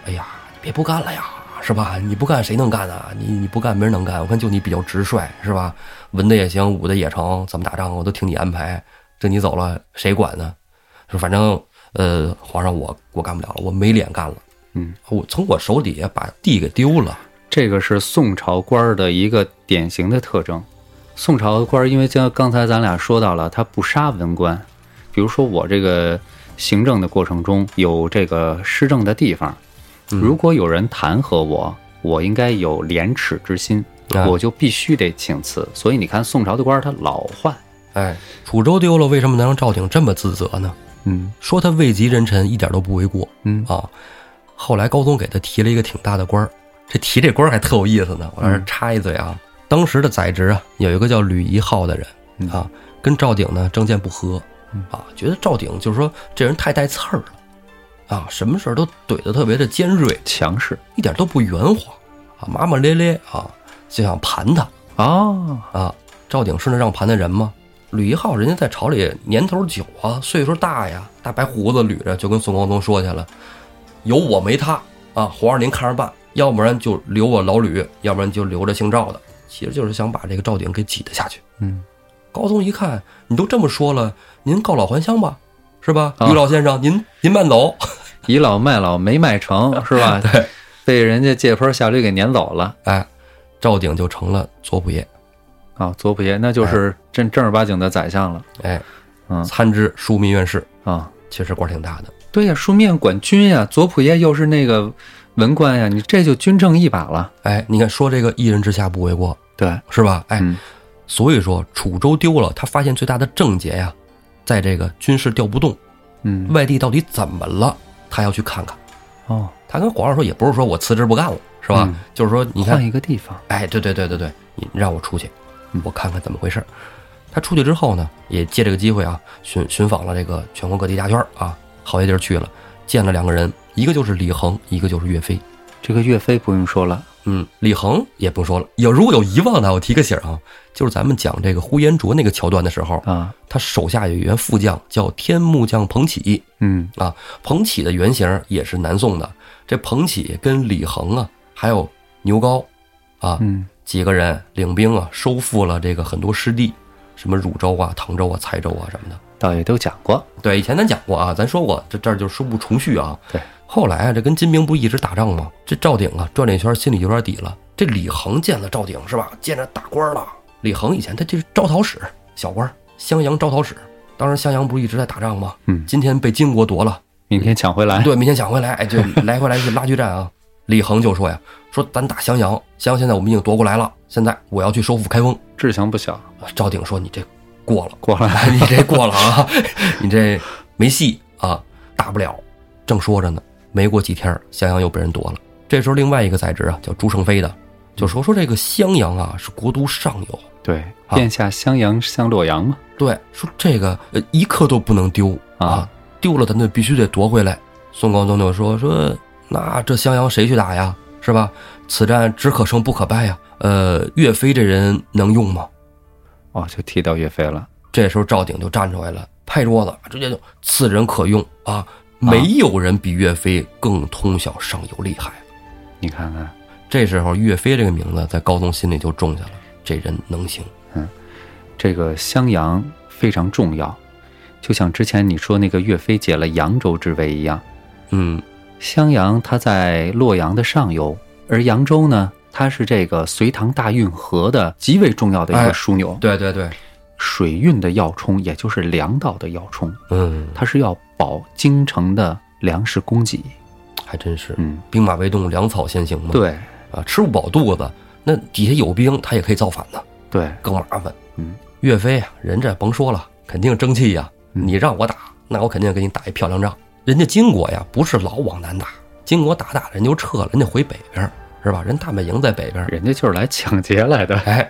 哎呀，你别不干了呀，是吧？你不干谁能干啊？你你不干没人能干，我看就你比较直率，是吧？文的也行，武的也成，怎么打仗我都听你安排，这你走了谁管呢？说反正呃，皇上我我干不了了，我没脸干了。啊嗯，我从我手底下把地给丢了。这个是宋朝官儿的一个典型的特征。宋朝官儿，因为像刚才咱俩说到了，他不杀文官。比如说我这个行政的过程中有这个施政的地方，如果有人弹劾我，我应该有廉耻之心，啊我就必须得请辞。所以你看，宋朝的官儿他老换，哎，楚州丢了，为什么能让赵鼎这么自责呢？嗯说他位极人臣一点都不为过嗯啊。后来高宗给他提了一个挺大的官儿，这提这官儿还特有意思呢。我在这插一嘴啊，当时的宰执啊，有一个叫吕夷浩的人啊，跟赵鼎呢政见不合嗯啊，觉得赵鼎就是说这人太带刺儿了啊，什么事儿都怼得特别的尖锐，强势一点都不圆滑啊，骂骂咧咧啊，就想盘他。哦，啊，赵鼎是那让盘的人吗？吕一浩人家在朝里年头久啊，岁数大呀，大白胡子捋着就跟宋高宗说去了，有我没他啊，皇上您看着办，要不然就留我老吕，要不然就留着姓赵的，其实就是想把这个赵鼎给挤得下去。嗯，高宗一看，你都这么说了，您告老还乡吧，是吧，啊吕老先生，您您慢走。倚老卖老没卖成是 (laughs) (laughs) 吧？对，被人家借坡下驴给撵走了。哎，赵鼎就成了左仆射，啊，左仆射那就是正正儿八经的宰相了哎，嗯参知枢密院事，啊，其实官儿挺大的。对呀、书面管军呀、左仆射又是那个文官呀，你这就军政一把了。哎，你看说这个一人之下不为过，对，是吧？哎，嗯所以说楚州丢了，他发现最大的症结呀，在这个军事调不动，嗯，外地到底怎么了，他要去看看。哦，他跟皇上说，也不是说我辞职不干了，是吧？嗯就是说，你看换，一个地方，哎，对对对对对，你让我出去嗯，我看看怎么回事儿。他出去之后呢，也借这个机会啊，寻寻访了这个全国各地大圈儿啊，好些地儿去了，见了两个人，一个就是李恒，一个就是岳飞。这个岳飞不用说了，嗯，李恒也不用说了。有如果有遗忘的，我提个醒儿啊，就是咱们讲这个呼延灼那个桥段的时候，啊，他手下有一员副将叫天目将彭起嗯，啊，彭起的原型也是南宋的。这彭起跟李恒啊，还有牛皋啊，嗯，几个人领兵啊，收复了这个很多失地，什么汝州啊、唐州啊、蔡州啊什么的。倒也都讲过，对，以前咱讲过啊，咱说过，这这儿就说不重叙啊。对，后来啊，这跟金兵不一直打仗吗？这赵鼎啊转了一圈，心里有点底了。这李恒见了赵鼎是吧？见着大官了。李恒以前他就是招讨使小官，襄阳招讨使。当时襄阳不是一直在打仗吗？嗯今天被金国夺了，明天抢回来，对，明天抢回来，哎，就来回来去拉锯战啊。李恒就说呀，说咱打襄阳，襄阳现在我们已经夺过来了，现在我要去收复开封。志向不小，赵鼎说：“你这过了，过 (laughs) 来， (laughs) 你这过了啊，你这没戏啊，打不了。”正说着呢，没过几天，襄阳又被人夺了。这时候，另外一个宰执啊，叫朱胜非的，就说说这个襄阳啊是国都上游，对，好殿下襄阳向洛阳嘛，对，说这个呃一刻都不能丢啊啊，丢了咱就必须得夺回来。宋高宗就说说那这襄阳谁去打呀？是吧？此战只可胜不可败呀。呃，岳飞这人能用吗？哦，就提到岳飞了，这时候赵鼎就站出来了，拍桌子，直接就此人可用啊！没有人比岳飞更通晓上游厉害。你看看，这时候岳飞这个名字在高宗心里就种下了，这人能行。这个襄阳非常重要，就像之前你说那个岳飞解了扬州之围一样，嗯，襄阳它在洛阳的上游，而扬州呢，它是这个隋唐大运河的极为重要的一哎个枢纽，对对对，水运的要冲，也就是粮道的要冲，嗯，它是要保京城的粮食供给。还真是嗯，兵马未动，粮草先行嘛。对啊，吃不饱肚子，那底下有兵，他也可以造反呢，对，更麻烦。嗯，岳飞啊，人这甭说了，肯定争气呀。嗯你让我打，那我肯定给你打一漂亮仗。人家金国呀，不是老往南打，金国打打人就撤了，人家回北边儿是吧？人大本营在北边儿，人家就是来抢劫来的。哎，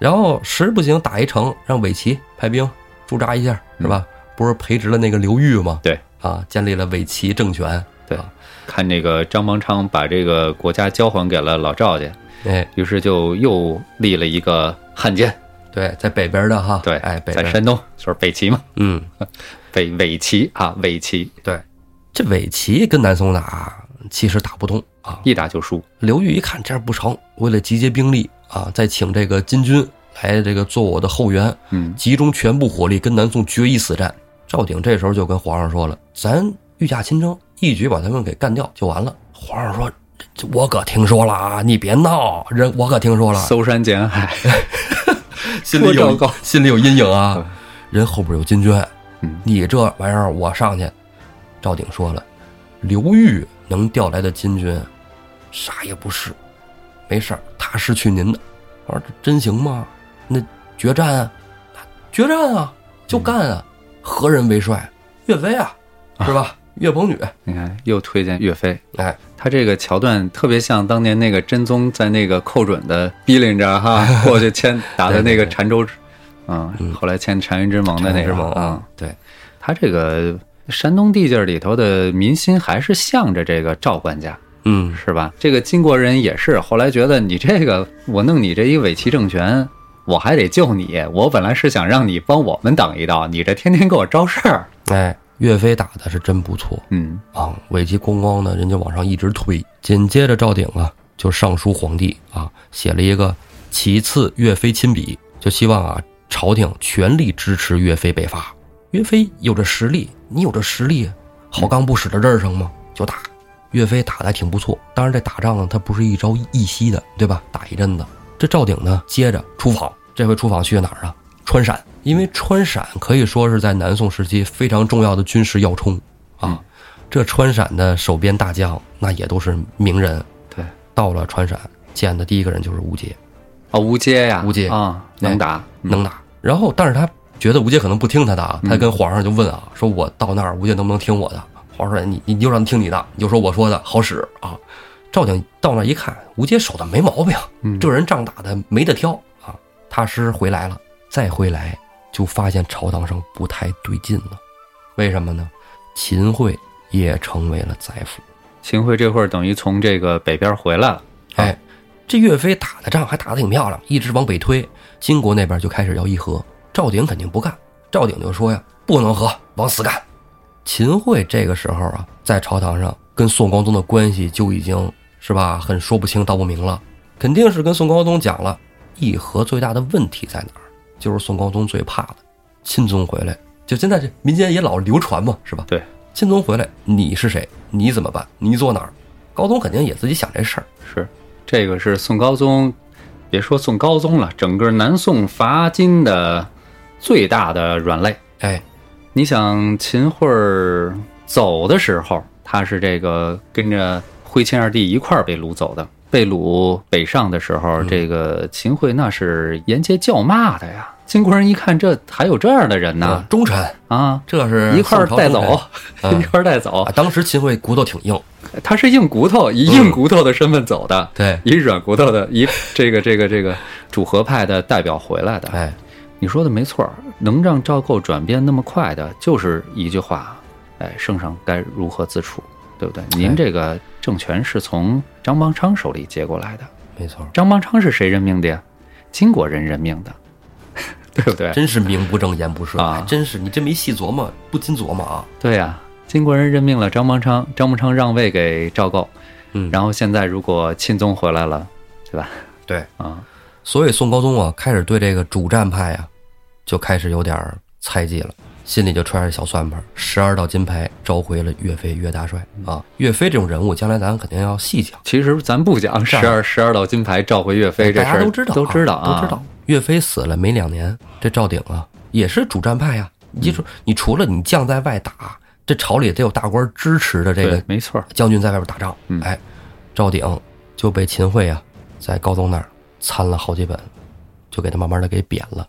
然后实不行打一城，让伪齐派兵驻扎一下是吧？不是培植了那个刘裕吗？嗯对啊，建立了伪齐政权。对啊， (laughs) 看这个张邦昌把这个国家交还给了老赵家，哎，于是就又立了一个汉奸。对，在北边的哈，对，哎，北在边，山东就是北齐嘛，嗯，北伪齐啊，伪齐对，这伪齐跟南宋打其实打不动啊。一打就输。刘裕一看这样不成，为了集结兵力啊，再请这个金军来这个做我的后援，嗯，集中全部火力跟南宋决一死战。赵鼎这时候就跟皇上说了：“咱御驾亲征，一举把他们给干掉就完了。”皇上说这：“这我可听说了啊，你别闹，人我可听说了，啊搜山捡海，心里说有赵高心里有阴影啊。人后边有金军，嗯你这玩意儿我上去。”赵鼎说了：“刘裕能调来的金军，啥也不是，没事儿，他失去您的。”我说：“这真行吗？那决战啊，决战啊，就干啊！嗯何人为帅？岳飞啊，是吧？岳鹏举，你看又推荐岳飞。哎，他这个桥段特别像当年那个真宗在那个寇准的逼令着 (laughs) 哈过去签打的那个澶州之，嗯，后来签澶云之盟的那之个盟啊，，对，他这个山东地界里头的民心还是向着这个赵管家嗯，是吧？这个金国人也是后来觉得你这个我弄你这一伪齐政权，我还得救你，我本来是想让你帮我们挡一道，你这天天给我招事儿，哎，岳飞打的是真不错嗯，啊！伪齐咣咣的，人家往上一直推。紧接着赵鼎啊，就上书皇帝啊，写了一个《其次岳飞亲笔》，就希望啊，朝廷全力支持岳飞北伐。岳飞有这实力，你有这实力，啊好钢不使到这儿上吗？就打。岳飞打的还挺不错，当然这打仗呢，他不是一朝一夕的，对吧？打一阵子，这赵鼎呢，接着出访，这回出访去哪儿啊？川陕，因为川陕可以说是在南宋时期非常重要的军事要冲啊。这川陕的守边大将那也都是名人，对，到了川陕见的第一个人就是吴杰，哦，吴阶呀，吴阶啊，哎能打，嗯能打。然后，但是他觉得吴杰可能不听他的啊，他跟皇上就问啊，说我到那儿，吴杰能不能听我的？皇上说你你就让他听你的，你就说我说的好使啊。赵景到那儿一看，吴杰手段没毛病，嗯这人仗打的没得挑啊。踏实回来了，再回来就发现朝堂上不太对劲了，为什么呢？秦桧也成为了宰辅。秦桧这会儿等于从这个北边回来了，哎，这岳飞打的仗还打得挺漂亮，一直往北推，金国那边就开始要议和。赵鼎肯定不干，赵鼎就说呀：“不能和，往死干。”秦桧这个时候啊，在朝堂上跟宋高宗的关系就已经是吧，很说不清道不明了，肯定是跟宋高宗讲了。议和最大的问题在哪儿？就是宋高宗最怕的，钦宗回来，就现在这民间也老流传嘛，是吧？对，钦宗回来，你是谁？你怎么办？你坐哪儿？高宗肯定也自己想这事儿，是这个是宋高宗，别说宋高宗了，整个南宋伐金的最大的软肋。哎，你想秦桧儿走的时候，他是这个跟着徽钦二帝一块儿被掳走的。被掳北上的时嗯候，这个秦桧那是沿街叫骂的呀。金国人一看，这还有这样的人呢啊，忠臣，啊，这是一块儿宋朝带走忠，嗯 (laughs) 一块儿带走臣啊。。当时秦桧骨头挺硬，他是硬骨头，以嗯硬骨头的身份走的，对，以软骨头的，以这个这个这个主和派的代表回来的。哎，你说的没错儿，能让赵构转变那么快的，就是一句话，哎，圣上该如何自处，对哎不对？您这个政权是从张邦昌手里接过来的，没错，张邦昌是谁任命的呀？金国人任命的， (laughs) 对不对？真是名不正言不顺啊还真是你真没细琢磨，不禁琢磨啊。对呀、金国人任命了张邦昌，张邦昌让位给赵构，嗯然后现在如果钦宗回来了，对吧？对，啊，所以宋高宗啊，开始对这个主战派啊，就开始有点儿猜忌了，心里就揣着小算盘，十二道金牌召回了岳飞岳大帅嗯啊。岳飞这种人物，将来咱肯定要细讲。其实咱不讲这十样二十二道金牌召回岳飞这啊大事家儿，都知道啊，都知道都知道。岳飞死了没两年，这赵鼎啊也是主战派呀、嗯你说，你除了你将在外打，这朝里得有大官支持的这对个，没错儿，将军在外边打仗，嗯哎，赵鼎就被秦桧啊在高宗那儿参了好几本，就给他慢慢的给贬了，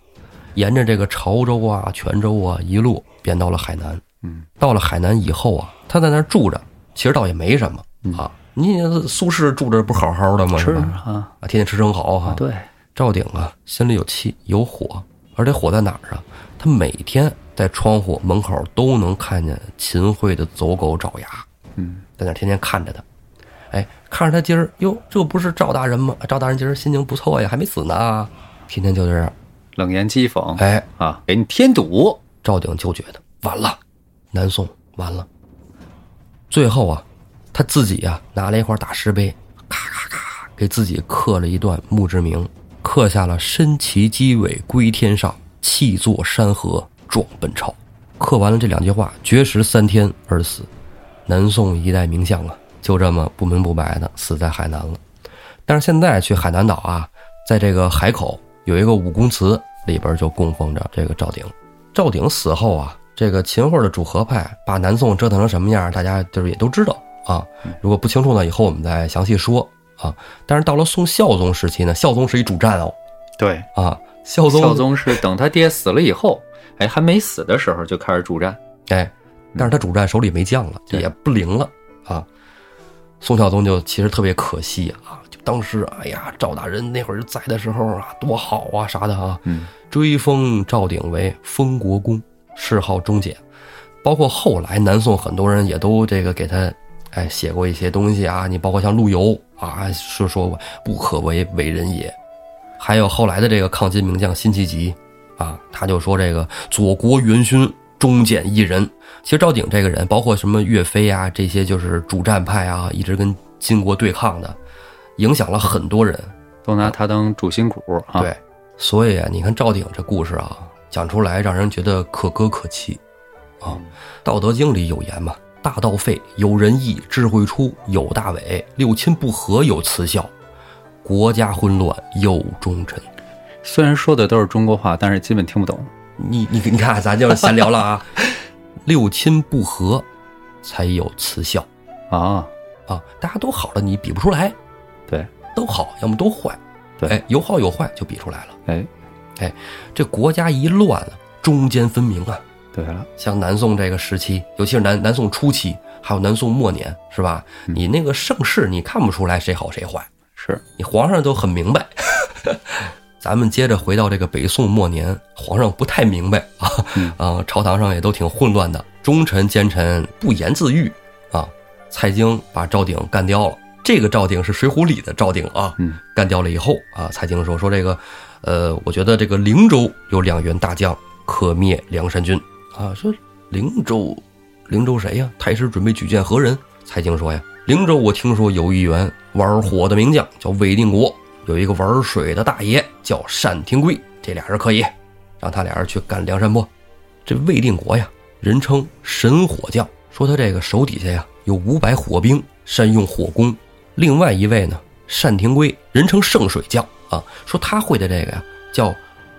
沿着这个潮州啊、泉州啊一路贬到了海南。嗯，到了海南以后啊，他在那儿住着，其实倒也没什么嗯啊。你苏轼住着不好好的吗？吃是吧？啊，啊，天天吃生蚝哈、对，赵鼎啊，心里有气有火，而且火在哪儿啊？他每天在窗户门口都能看见秦桧的走狗爪牙，嗯，在那儿天天看着他。哎，看着他今儿哟，这不是赵大人吗？啊赵大人今儿心情不错呀，还没死呢。啊天天就这样，冷言讥讽，哎，啊，给你添堵，赵鼎就觉得完了，南宋完了。最后啊，他自己啊拿了一块大石碑，咔咔咔给自己刻了一段墓志铭，刻下了“身骑鸡尾归天上，气作山河壮本朝”。刻完了这两句话，绝食三天而死。南宋一代名相啊，就这么不明不白的死在海南了。但是现在去海南岛啊，在这个海口有一个武功祠，里边就供奉着这个赵鼎。赵鼎死后啊，这个秦桧的主和派把南宋折腾成什么样，大家就是也都知道啊。嗯如果不清楚呢，以后我们再详细说啊。但是到了宋孝宗时期呢，孝宗是一主战哦对，啊，孝宗孝宗是等他爹死了以后， (laughs) 哎，还没死的时候就开始主战，哎，但是他主战手里没将了，嗯对也不灵了啊。宋孝宗就其实特别可惜啊，就当时哎呀，赵大人那会儿在的时候啊，多好啊啥的啊，嗯，追封赵鼎为封国公，谥号忠简。包括后来南宋很多人也都这个给他，哎，写过一些东西啊。你包括像陆游啊，是说过不可为为人也。还有后来的这个抗金名将辛弃疾啊，他就说这个左国元勋忠简一人。其实赵鼎这个人，包括什么岳飞啊这些，就是主战派啊，一直跟金国对抗的，影响了很多人。都拿他当主心骨啊，对，所以啊，你看赵鼎这故事啊，讲出来让人觉得可歌可泣啊。《道德经》里有言嘛：“大道废，有仁义；智慧出，有大伟；六亲不和，有慈孝；国家混乱，有忠臣。”虽然说的都是中国话，但是基本听不懂。你你你看，咱就是闲聊了啊。六亲不和，才有慈孝啊，啊！大家都好了，你比不出来，对，都好，要么都坏，对哎，有好有坏就比出来了。哎，这国家一乱，啊中间分明啊。对了，像南宋这个时期，尤其是南南宋初期，还有南宋末年，是吧？嗯你那个盛世，你看不出来谁好谁坏，是你皇上都很明白。 (laughs) 咱们接着回到这个北宋末年，皇上不太明白啊嗯啊，朝堂上也都挺混乱的，忠臣奸臣不言自喻啊。蔡京把赵鼎干掉了，这个赵鼎是《水浒》里的赵鼎啊，嗯干掉了以后啊，蔡京说说这个，呃，我觉得这个灵州有两员大将可灭梁山军啊。说灵州，灵州谁呀、太师准备举荐何人？蔡京说呀，灵州我听说有一员玩火的名将叫魏定国，有一个玩水的大爷叫单廷圭，这俩人可以，让他俩人去干梁山泊。这魏定国呀，人称神火将，说他这个手底下呀有五百火兵，善用火攻。另外一位呢，单廷圭，人称圣水将啊，说他会的这个呀叫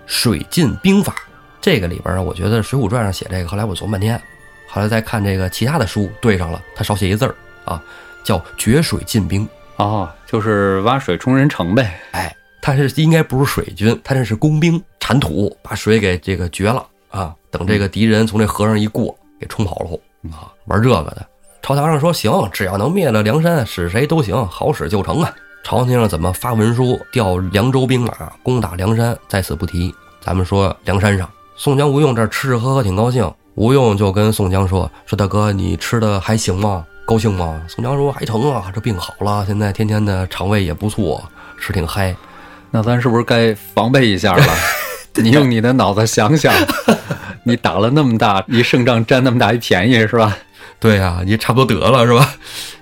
水浸兵法。这个里边啊，我觉得《水浒传》上写这个，后来我琢磨半天，后来再看这个其他的书对上了，他少写一字儿啊，叫绝水浸兵。哦，就是挖水冲人城呗。哎，他是应该不是水军，他这是工兵铲土，把水给这个绝了啊！等这个敌人从这河上一过，给冲跑了啊！玩这个的，朝堂上说行，只要能灭了梁山，使谁都行，好使就成啊！朝廷上怎么发文书调凉州兵马攻打梁山，在此不提。咱们说梁山上，宋江、吴用这儿吃吃喝喝挺高兴，吴用就跟宋江说：“说大哥，你吃的还行吗？高兴吗？”宋江说：“还成啊，这病好了，现在天天的肠胃也不错，吃挺嗨。”那咱是不是该防备一下了？你用你的脑子想想，你打了那么大一胜仗，占那么大一便宜是吧？对呀、你差不多得了是吧？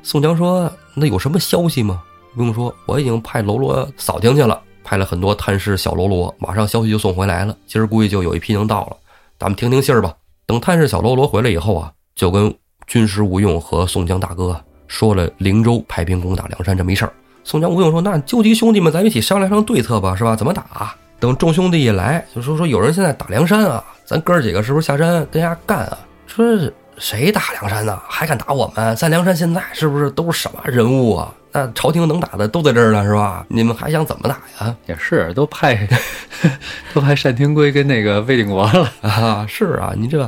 宋江说：“那有什么消息吗？”不用说，我已经派喽啰扫听去了，派了很多探视小喽啰，马上消息就送回来了。今儿估计就有一批能到了，咱们听听信儿吧。等探视小喽啰回来以后啊，就跟军师吴用和宋江大哥啊说了灵州派兵攻打梁山这么一事儿。宋江、吴用说：“那纠集兄弟们，咱们一起商量商量对策吧，是吧？怎么打啊、等众兄弟一来，就说说有人现在打梁山啊，咱哥儿几个是不是下山跟人家干啊？说谁打梁山呢、还敢打我们？在梁山现在是不是都是什么人物啊？那朝廷能打的都在这儿呢，是吧？你们还想怎么打呀？也是，都派都派单廷圭跟那个魏定国了。啊，是啊，你这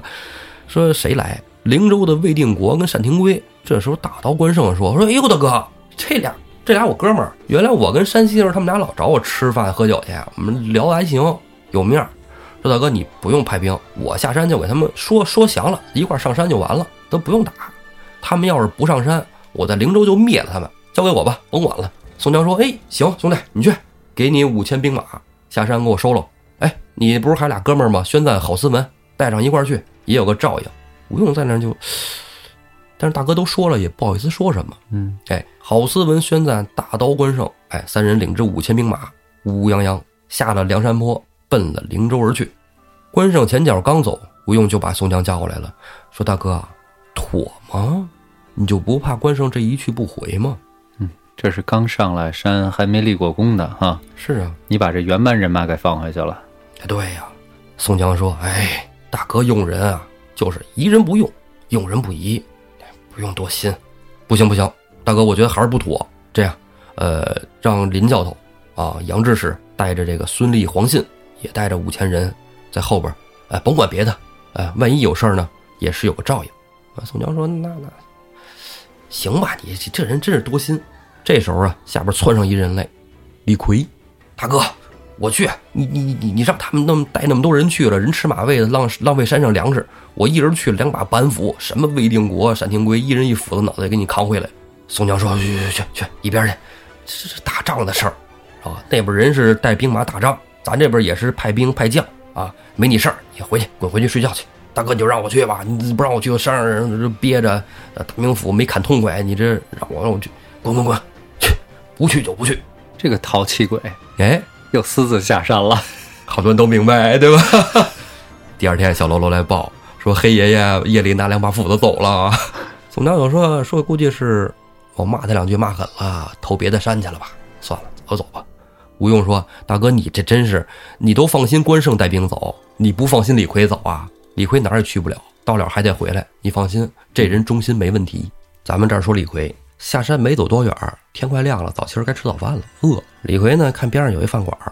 说谁来？灵州的魏定国跟单廷圭，这时候打道关胜说说，哎呦大哥，这俩这俩我哥们儿，原来我跟山西时候他们俩老找我吃饭喝酒去，我们聊的还行，有面儿。说大哥你不用派兵，我下山就给他们说说降了，一块儿上山就完了，都不用打。他们要是不上山，我在灵州就灭了他们，交给我吧，甭管了。宋江说：“哎，行，兄弟，你去，给你五千兵马，下山给我收了。哎，你不是还俩哥们儿吗？宣赞、郝思文，带上一块儿去，也有个照应。吴用在那儿就，但是大哥都说了，也不好意思说什么。嗯，哎，郝思文、宣赞、大刀关胜，哎，三人领着五千兵马，乌乌泱泱下了梁山坡，奔了灵州而去。关胜前脚刚走，吴用就把宋江叫过来了，说：“大哥啊，妥吗？你就不怕关胜这一去不回吗这是刚上来山还没立过功的哈，？”是啊，你把这原班人马给放回去了。哎，对呀、宋江说：“哎，大哥用人啊，就是疑人不用，用人不疑，不用多心。不行不行，大哥，我觉得还是不妥。这样，呃，让林教头啊，杨志士带着这个孙立、黄信，也带着五千人在后边儿，哎，甭管别的，哎，万一有事儿呢，也是有个照应。”啊，宋江说：“那那行吧，你这人真是多心。”这时候啊，下边窜上一人来，李逵，大哥，我去，啊你你你你你让他们那么带那么多人去了，人吃马喂的，浪浪费山上粮食，我一人去了两把板斧，什么魏定国、单廷圭，一人一斧子，脑袋给你扛回来。宋江说：“去去去去，一边去，这这打仗的事儿啊，那边人是带兵马打仗，咱这边也是派兵派将啊，没你事儿，你回去滚回去睡觉去。大哥，你就让我去吧，你不让我去，山上憋着，呃大名府没砍痛快，你这让我让我去，滚滚滚，去，不去就不去。这个淘气鬼哎，又私自下山了。好多人都明白，对吧？ (laughs) 第二天，小喽啰来报说，黑爷爷夜里拿两把斧子走了。宋江有说说，估计是我骂他两句骂狠了，投别的山去了吧？算了，我走吧。吴用说：“大哥，你这真是，你都放心关胜带兵走，你不放心李逵走啊？李逵哪儿也去不了，到了还得回来。你放心，这人忠心没问题。咱们这儿说李逵，下山没走多远儿，天快亮了，早其实该吃早饭了，饿。李逵呢，看边上有一饭馆儿，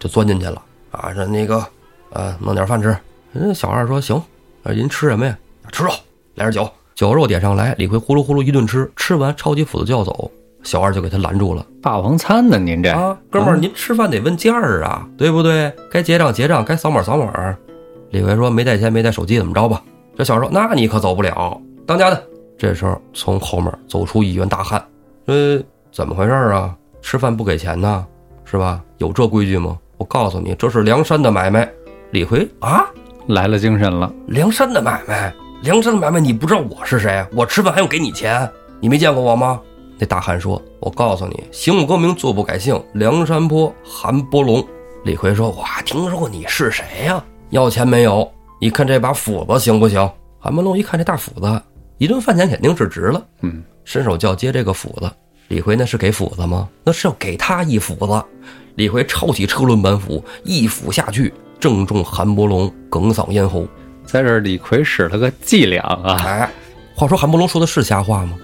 就钻进去了啊，说那个，呃，弄点饭吃。人小二说行，呃，您吃什么呀？吃肉，来点酒，酒肉点上来。李逵呼噜呼噜一顿吃，吃完抄起斧子就要走，小二就给他拦住了。”霸王餐呢？您这啊，哥们儿，您吃饭得问价儿啊，对不对？该结账结账，该扫码扫码。李逵说没带钱，没带手机，怎么着吧？这小时候，那你可走不了，当家的。这时候从后面走出一员大汉，呃，怎么回事儿啊？吃饭不给钱呢，是吧？有这规矩吗？我告诉你，这是梁山的买卖。李逵啊，来了精神了，梁山的买卖，梁山的买卖，你不知道我是谁？我吃饭还用给你钱？你没见过我吗？那大汉说：“我告诉你，行不更名，坐不改姓，梁山坡韩波龙。”李逵说：“我还听说过你是谁呀、要钱没有？你看这把斧子行不行？”韩波龙一看这大斧子，一顿饭钱肯定是值了。嗯，伸手就要接这个斧子。李逵那是给斧子吗？那是要给他一斧子。李逵抄起车轮板斧，一斧下去，正中韩伯龙哽嗓咽喉。在这儿李逵使了个伎俩啊，哎，话说韩伯龙说的是瞎话吗？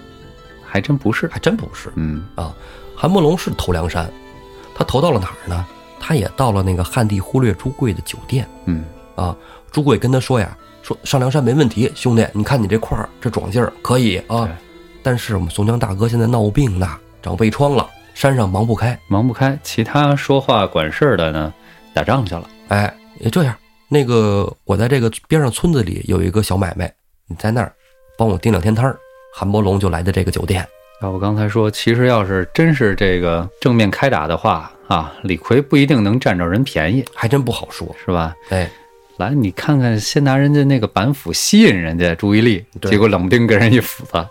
还真不是。还真不是嗯，啊。韩伯龙是投梁山，他投到了哪儿呢？他也到了那个汉地忽略朱贵的酒店嗯，啊。朱贵跟他说呀：“说上梁山没问题，兄弟，你看你这块儿这壮劲儿可以啊对，但是我们宋江大哥现在闹病呢，长胃疮了，山上忙不开。忙不开。其他说话管事儿的呢，打仗去了。哎，也这样，那个我在这个边上村子里有一个小买卖，你在那儿帮我盯两天摊儿。”韩伯龙就来的这个酒店。要不刚才说，其实要是真是这个正面开打的话啊，李逵不一定能占着人便宜，还真不好说，是吧？哎，来，你看看，先拿人家那个板斧吸引人家注意力，对结果冷不丁给人一斧子，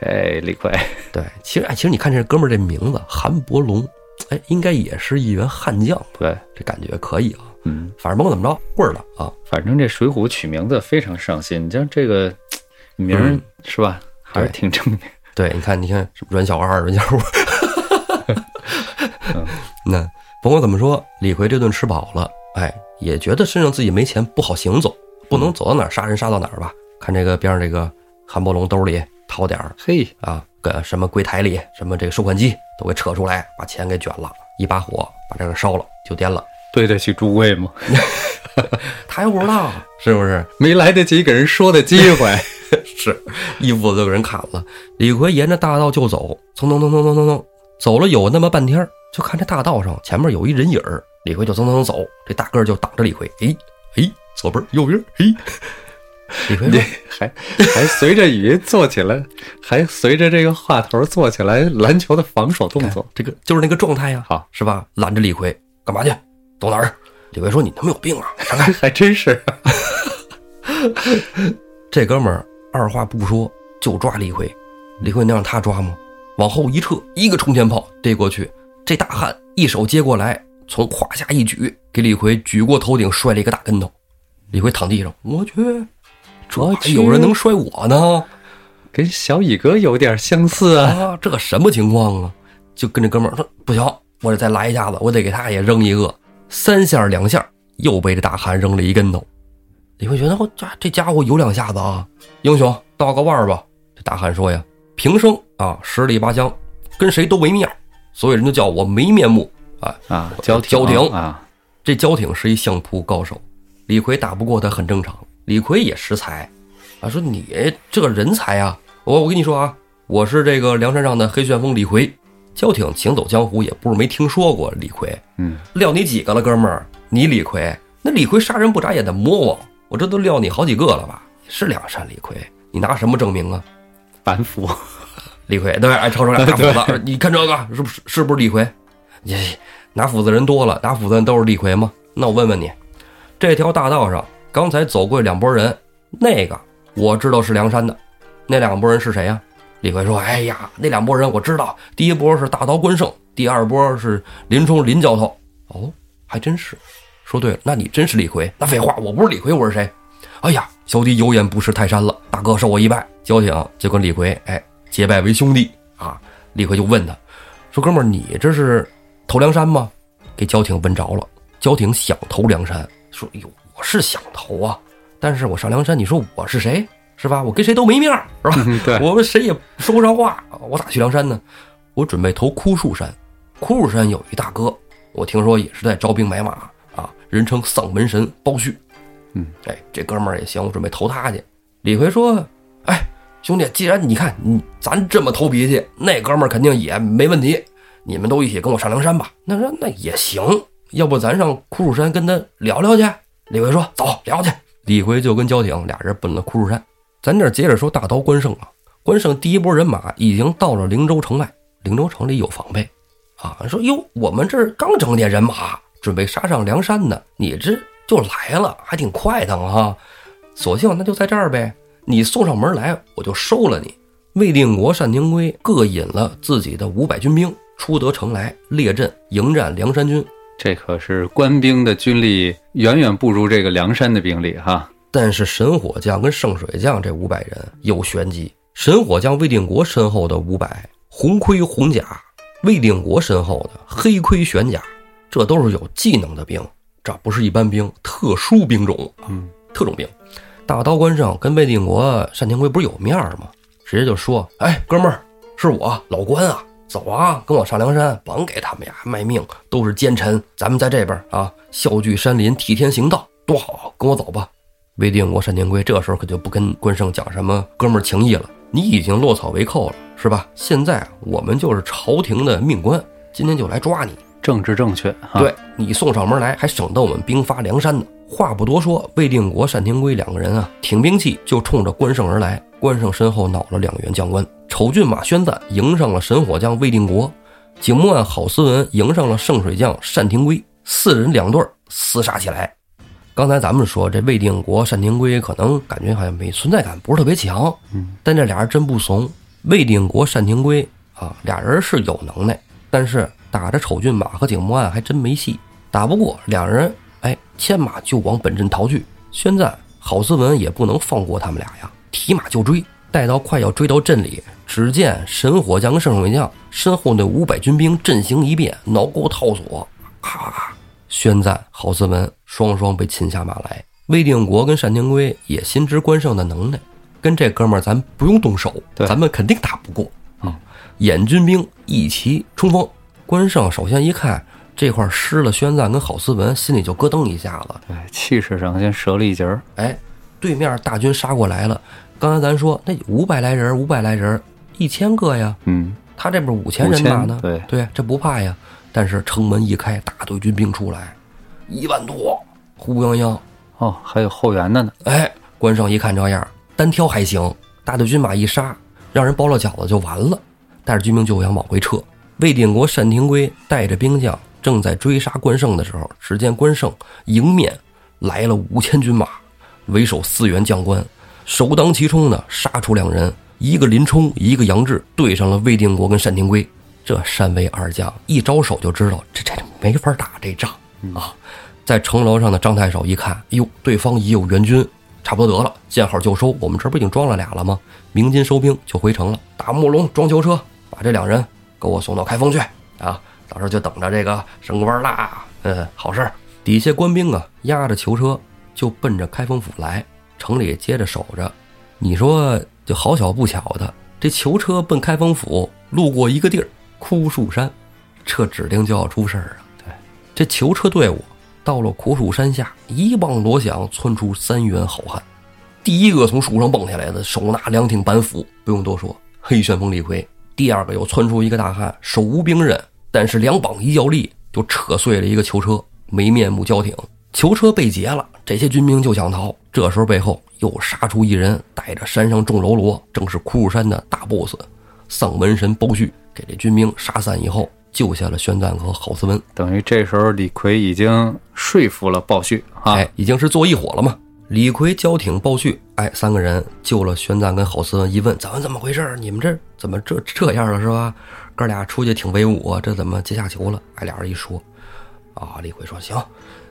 这李逵对，其实哎，其实你看这哥们儿这名字韩伯龙，哎，应该也是一员悍将，对，这感觉可以啊。嗯，反正甭管怎么着，棍儿了啊，反正这《水浒》取名字非常上心，你像这个名儿、嗯是吧，还是对挺正面。对，你看，你看什么阮小二、阮小五， (laughs) 那甭管怎么说，李逵这顿吃饱了，哎，也觉得身上自己没钱不好行走，不能走到哪儿杀人杀到哪儿吧？看这个边上这个韩伯龙兜里掏点儿嘿，啊，搁什么柜台里、什么这个收款机都给扯出来，把钱给卷了，一把火把这个烧了，就颠了。对得起诸位吗？他又不知道 (laughs) 是不是？没来得及给人说的机会。是，一斧子就给人砍了。李逵沿着大道就走，蹭蹭蹭蹭蹭蹭蹭，走了有那么半天儿，就看这大道上前面有一人影儿，李逵就蹭蹭蹭走，这大个儿就挡着李逵，哎哎，左边儿右边儿，哎，李 (laughs) 逵这说还还随着雨做起来，还随着这个话头做起来篮球的防守动作。这个就是那个状态呀、好，是吧？拦着李逵干嘛去？走哪儿？李逵说你他妈有病啊！还真是，这哥们儿二话不说就抓李逵，李逵能让他抓吗？往后一撤，一个冲天炮逮过去，这大汉一手接过来，从胯下一举，给李逵举过头顶，摔了一个大跟头。李逵躺地上，我去，这我还去有人能摔我呢？跟小乙哥有点相似啊。啊，这什么情况啊？就跟这哥们儿说不行，我得再来一下子，我得给他也扔一个。三下两下又被这大汉扔了一跟头。李逵觉得我这这家伙有两下子啊，英雄倒个腕儿吧。这大汉说呀，平生啊十里八乡，跟谁都没面儿，所以人就叫我没面目啊。啊，交交亭啊，这焦挺是一相扑高手，李逵打不过他很正常。李逵也识才，啊，说你这个人才啊，我我跟你说啊，我是这个梁山上的黑旋风李逵。焦挺行走江湖也不是没听说过李逵，嗯，撂你几个了，哥们儿？你李逵，那李逵杀人不眨眼的魔王，我这都撂你好几个了吧？是梁山李逵，你拿什么证明啊？板斧，李逵，对，哎，抽出来拿斧子，你看这个是不是是不是李逵？你拿斧子人多了，拿斧子人都是李逵吗？那我问问你，这条大道上刚才走过两拨人，那个我知道是梁山的，那两拨人是谁呀、李逵说：“哎呀，那两拨人我知道，第一波是大刀关胜，第二波是林冲林教头。哦，还真是，说对了，那你真是李逵？那废话，我不是李逵，我是谁？哎呀，小弟有眼不识泰山了，大哥受我一拜。交警就跟李逵哎结拜为兄弟啊。李逵就问他，说哥们儿，你这是投梁山吗？给焦挺闻着了。焦挺想投梁山，说：“哎呦，我是想投啊，但是我上梁山，你说我是谁？是吧？我跟谁都没面儿，是吧？嗯 (laughs) 对，我们谁也说不上话，我咋去梁山呢？我准备投枯树山，枯树山有一大哥，我听说也是在招兵买马啊，人称丧门神包旭。嗯，哎，这哥们儿也行，我准备投他去。李逵说：“哎，兄弟，既然你看你咱这么投脾气，那哥们儿肯定也没问题，你们都一起跟我上梁山吧。”那说那也行，要不咱上枯树山跟他聊聊去？李逵说：“走，聊去。”李逵就跟焦挺俩人奔了枯树山。咱这儿接着说大刀关胜啊，关胜第一波人马已经到了灵州城外，灵州城里有防备，啊，说哟，我们这儿刚整点人马，准备杀上梁山呢，你这就来了，还挺快的啊。索性那就在这儿呗，你送上门来，我就收了你。魏定国、单廷圭各引了自己的五百军兵，出得城来，列阵迎战梁山军。这可是官兵的军力远远不如这个梁山的兵力哈。但是神火将跟圣水将这五百人有玄机。神火将魏定国身后的五百红盔红甲，魏定国身后的黑盔玄甲，这都是有技能的兵，这不是一般兵，特殊兵种，嗯，特种兵。大刀关胜跟魏定国、单廷圭不是有面儿吗？直接就说：“哎，哥们儿，是我老关啊，走啊，跟我上梁山，甭给他们呀卖命，都是奸臣，咱们在这边儿啊，笑聚山林，替天行道，多好，跟我走吧。”魏定国、单廷圭这时候可就不跟关胜讲什么哥们儿情谊了，你已经落草为寇了，是吧？现在啊我们就是朝廷的命官，今天就来抓你。政治正确哈。对你送上门来，还省得我们兵发梁山呢。话不多说，魏定国、单廷圭两个人啊，挺兵器就冲着关胜而来。关胜身后恼了两员将官，丑骏马宣赞迎上了神火将魏定国，景木案郝思文迎上了圣水将单廷圭，四人两队儿厮杀起来。刚才咱们说这魏定国、单廷圭可能感觉好像没存在感，不是特别强，嗯，但这俩人真不怂。魏定国、单廷圭啊，俩人是有能耐，但是打着丑骏马和景木案还真没戏，打不过两人，哎，牵马就往本镇逃去。宣赞、郝思文也不能放过他们俩呀，提马就追。待到快要追到镇里，只见神火将跟圣水将身后那五百军兵阵型一变，挠钩套索，咔、宣赞、郝思文双双被擒下马来。魏定国跟单廷圭也心知关胜的能耐，跟这哥们儿咱不用动手，对咱们肯定打不过嗯啊。眼军兵一齐冲锋，关胜首先一看这块儿失了宣赞跟郝思文，心里就咯噔一下子。对，哎气势上先折了一截儿。哎，对面大军杀过来了。刚才咱说那五百来人，五百来人，一千个呀，嗯，他这不是五千人马呢5000？对这不怕呀。但是城门一开，大队军兵出来，一万多，呼泱泱。哦，还有后援的呢。哎，关胜一看这样，单挑还行，大队军马一杀，让人包了饺子就完了。带着军兵就想往回撤。魏定国、单廷圭带着兵将正在追杀关胜的时候，只见关胜迎面来了五千军马，为首四员将官，首当其冲的杀出两人，一个林冲，一个杨志，对上了魏定国跟单廷圭。这单魏二将一招手就知道这这没法打这仗啊！在城楼上的张太守一看，哎呦，对方已有援军，差不多得了，见好就收。我们这不已经装了俩了吗？鸣金收兵就回城了，打木笼装囚车，把这两人给我送到开封去啊！到时候就等着这个升官啦，嗯，好事儿。底下官兵啊，押着囚车就奔着开封府来，城里接着守着。你说，就好巧不巧的，这囚车奔开封府，路过一个地儿——枯树山，这指定就要出事儿啊！对，这囚车队伍到了枯树山下，一望锣响，窜出三员好汉。第一个从树上蹦下来的，手拿两挺板斧，不用多说，黑旋风李逵。第二个又窜出一个大汉，手无兵刃，但是两膀一较力就扯碎了一个囚车，没面目交挺。囚车被劫了，这些军兵就想逃。这时候背后又杀出一人，带着山上众喽啰，正是枯树山的大 boss 丧门神包旭，给这军兵杀散以后，救下了宣赞和郝思文。等于这时候李逵已经说服了鲍旭啊，哎，已经是坐一伙了嘛。李逵、焦挺、鲍旭，哎，三个人救了玄赞跟郝思文。一问，咱们怎么回事儿？你们这怎么这这样了是吧？哥俩出去挺威武啊，这怎么阶下囚了？哎，俩人一说，啊，李逵说行，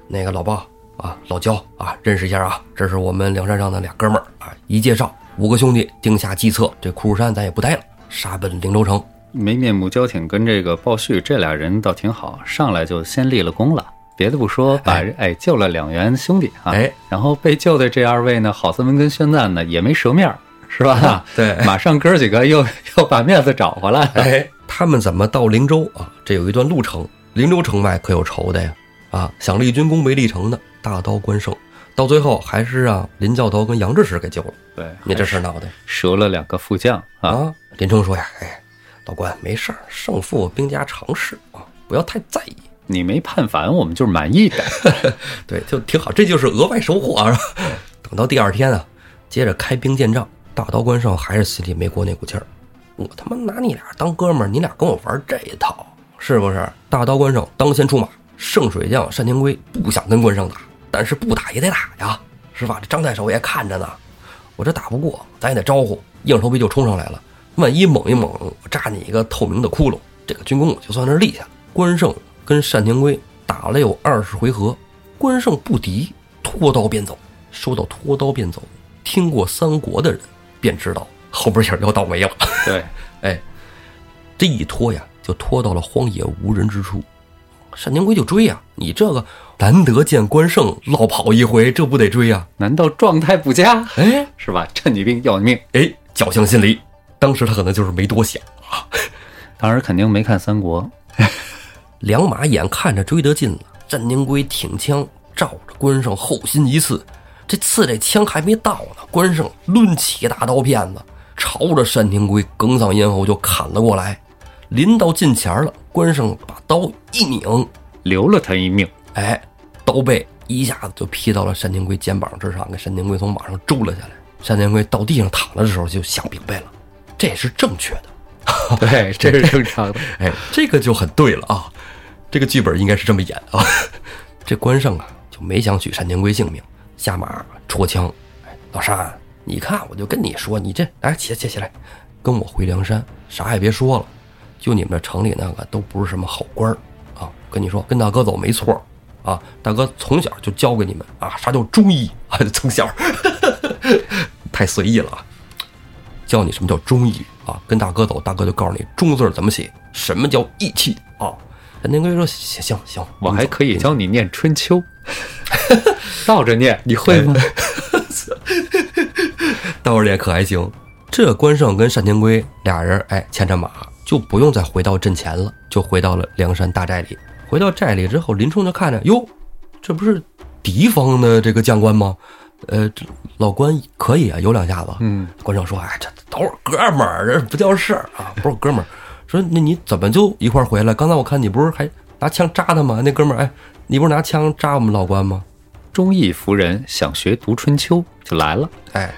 那个老鲍啊，老焦啊，认识一下啊，这是我们梁山上的俩哥们儿啊。一介绍，五个兄弟定下计策，这枯树山咱也不待了，杀奔灵州城。没面目交挺跟这个鲍旭这俩人倒挺好，上来就先立了功了。别的不说，把哎哎救了两员兄弟啊，哎，然后被救的这二位呢，郝三文跟宣赞呢也没折面儿，是吧？对马上哥几个又 (laughs) 又把面子找回来了。哎，他们怎么到灵州啊？这有一段路程，灵州城外可有仇的呀！啊，想立军功没立成的，大刀关胜，到最后还是让林教头跟杨志士给救了。对，你这还事儿闹的折了两个副将啊，啊！林冲说呀：“哎，老关，没事儿，胜负兵家常事啊，不要太在意。你没判反，我们就是满意的。 (laughs) 对，就挺好，这就是额外收获啊。 (laughs) 等到第二天啊，接着开兵见仗，大刀关胜还是心里没过那股劲儿。我他妈拿你俩当哥们儿，你俩跟我玩这一套，是不是？大刀关胜当先出马，圣水将单廷圭不想跟关胜打，但是不打也得打呀，是吧？这张太守也看着呢，我这打不过，咱也得招呼，硬头皮就冲上来了。万一猛一猛，我扎你一个透明的窟窿，这个军功我就算是立下了。关胜跟单廷圭打了有二十回合，关胜不敌，脱刀便走。说到脱刀便走，听过三国的人便知道后边影儿要倒霉了。 (laughs) (laughs) 对，哎，这一拖呀，就拖到了荒野无人之处。单廷圭就追呀，你这个难得见关胜落跑一回，这不得追呀？难道状态不佳哎，是吧？趁你病要你命。哎，侥幸心理，当时他可能就是没多想啊。当时肯定没看三国，两马眼看着追得近了，单廷圭挺枪照着关胜后心一刺，这刺这枪还没到呢，关胜抡起大刀片子，朝着单廷圭哽嗓咽喉就砍了过来。临到近前儿了，关胜把刀一拧，留了他一命。哎，刀背一下子就劈到了单廷圭肩膀之上，给单廷圭从马上揪了下来。单廷圭到地上躺了的时候就想明白了，这也是正确的。哦对，这是正常的。哎，这个就很对了啊，这个剧本应该是这么演啊。这关胜啊就没想取单廷圭性命，下马戳枪。哎，老单，你看我就跟你说，你这来起来起来起来，跟我回梁山，啥也别说了，就你们这城里那个都不是什么好官儿啊。跟你说，跟大哥走没错儿啊，大哥从小就教给你们啊，啥叫忠义啊，从小 (laughs) 太随意了啊。教你什么叫忠义啊，跟大哥走，大哥就告诉你忠字儿怎么写，什么叫义气啊。单廷圭说行行行，我还可以教教你念《(laughs) 春秋》，倒着念，你会吗？哎倒着练可还行。这关胜跟单廷圭俩人，哎，牵着马就不用再回到阵前了，就回到了梁山大寨里。回到寨里之后，林冲就看着，哟，这不是敌方的这个将官吗？呃，这老关可以啊，有两下子。嗯，关胜说，哎，这都是哥们儿，这不叫事儿啊， (laughs) 不是哥们儿。说那你怎么就一块儿回来？刚才我看你不是还拿枪扎他吗？那哥们儿，哎，你不是拿枪扎我们老关吗？忠义服人，想学读《春秋》就来了。哎，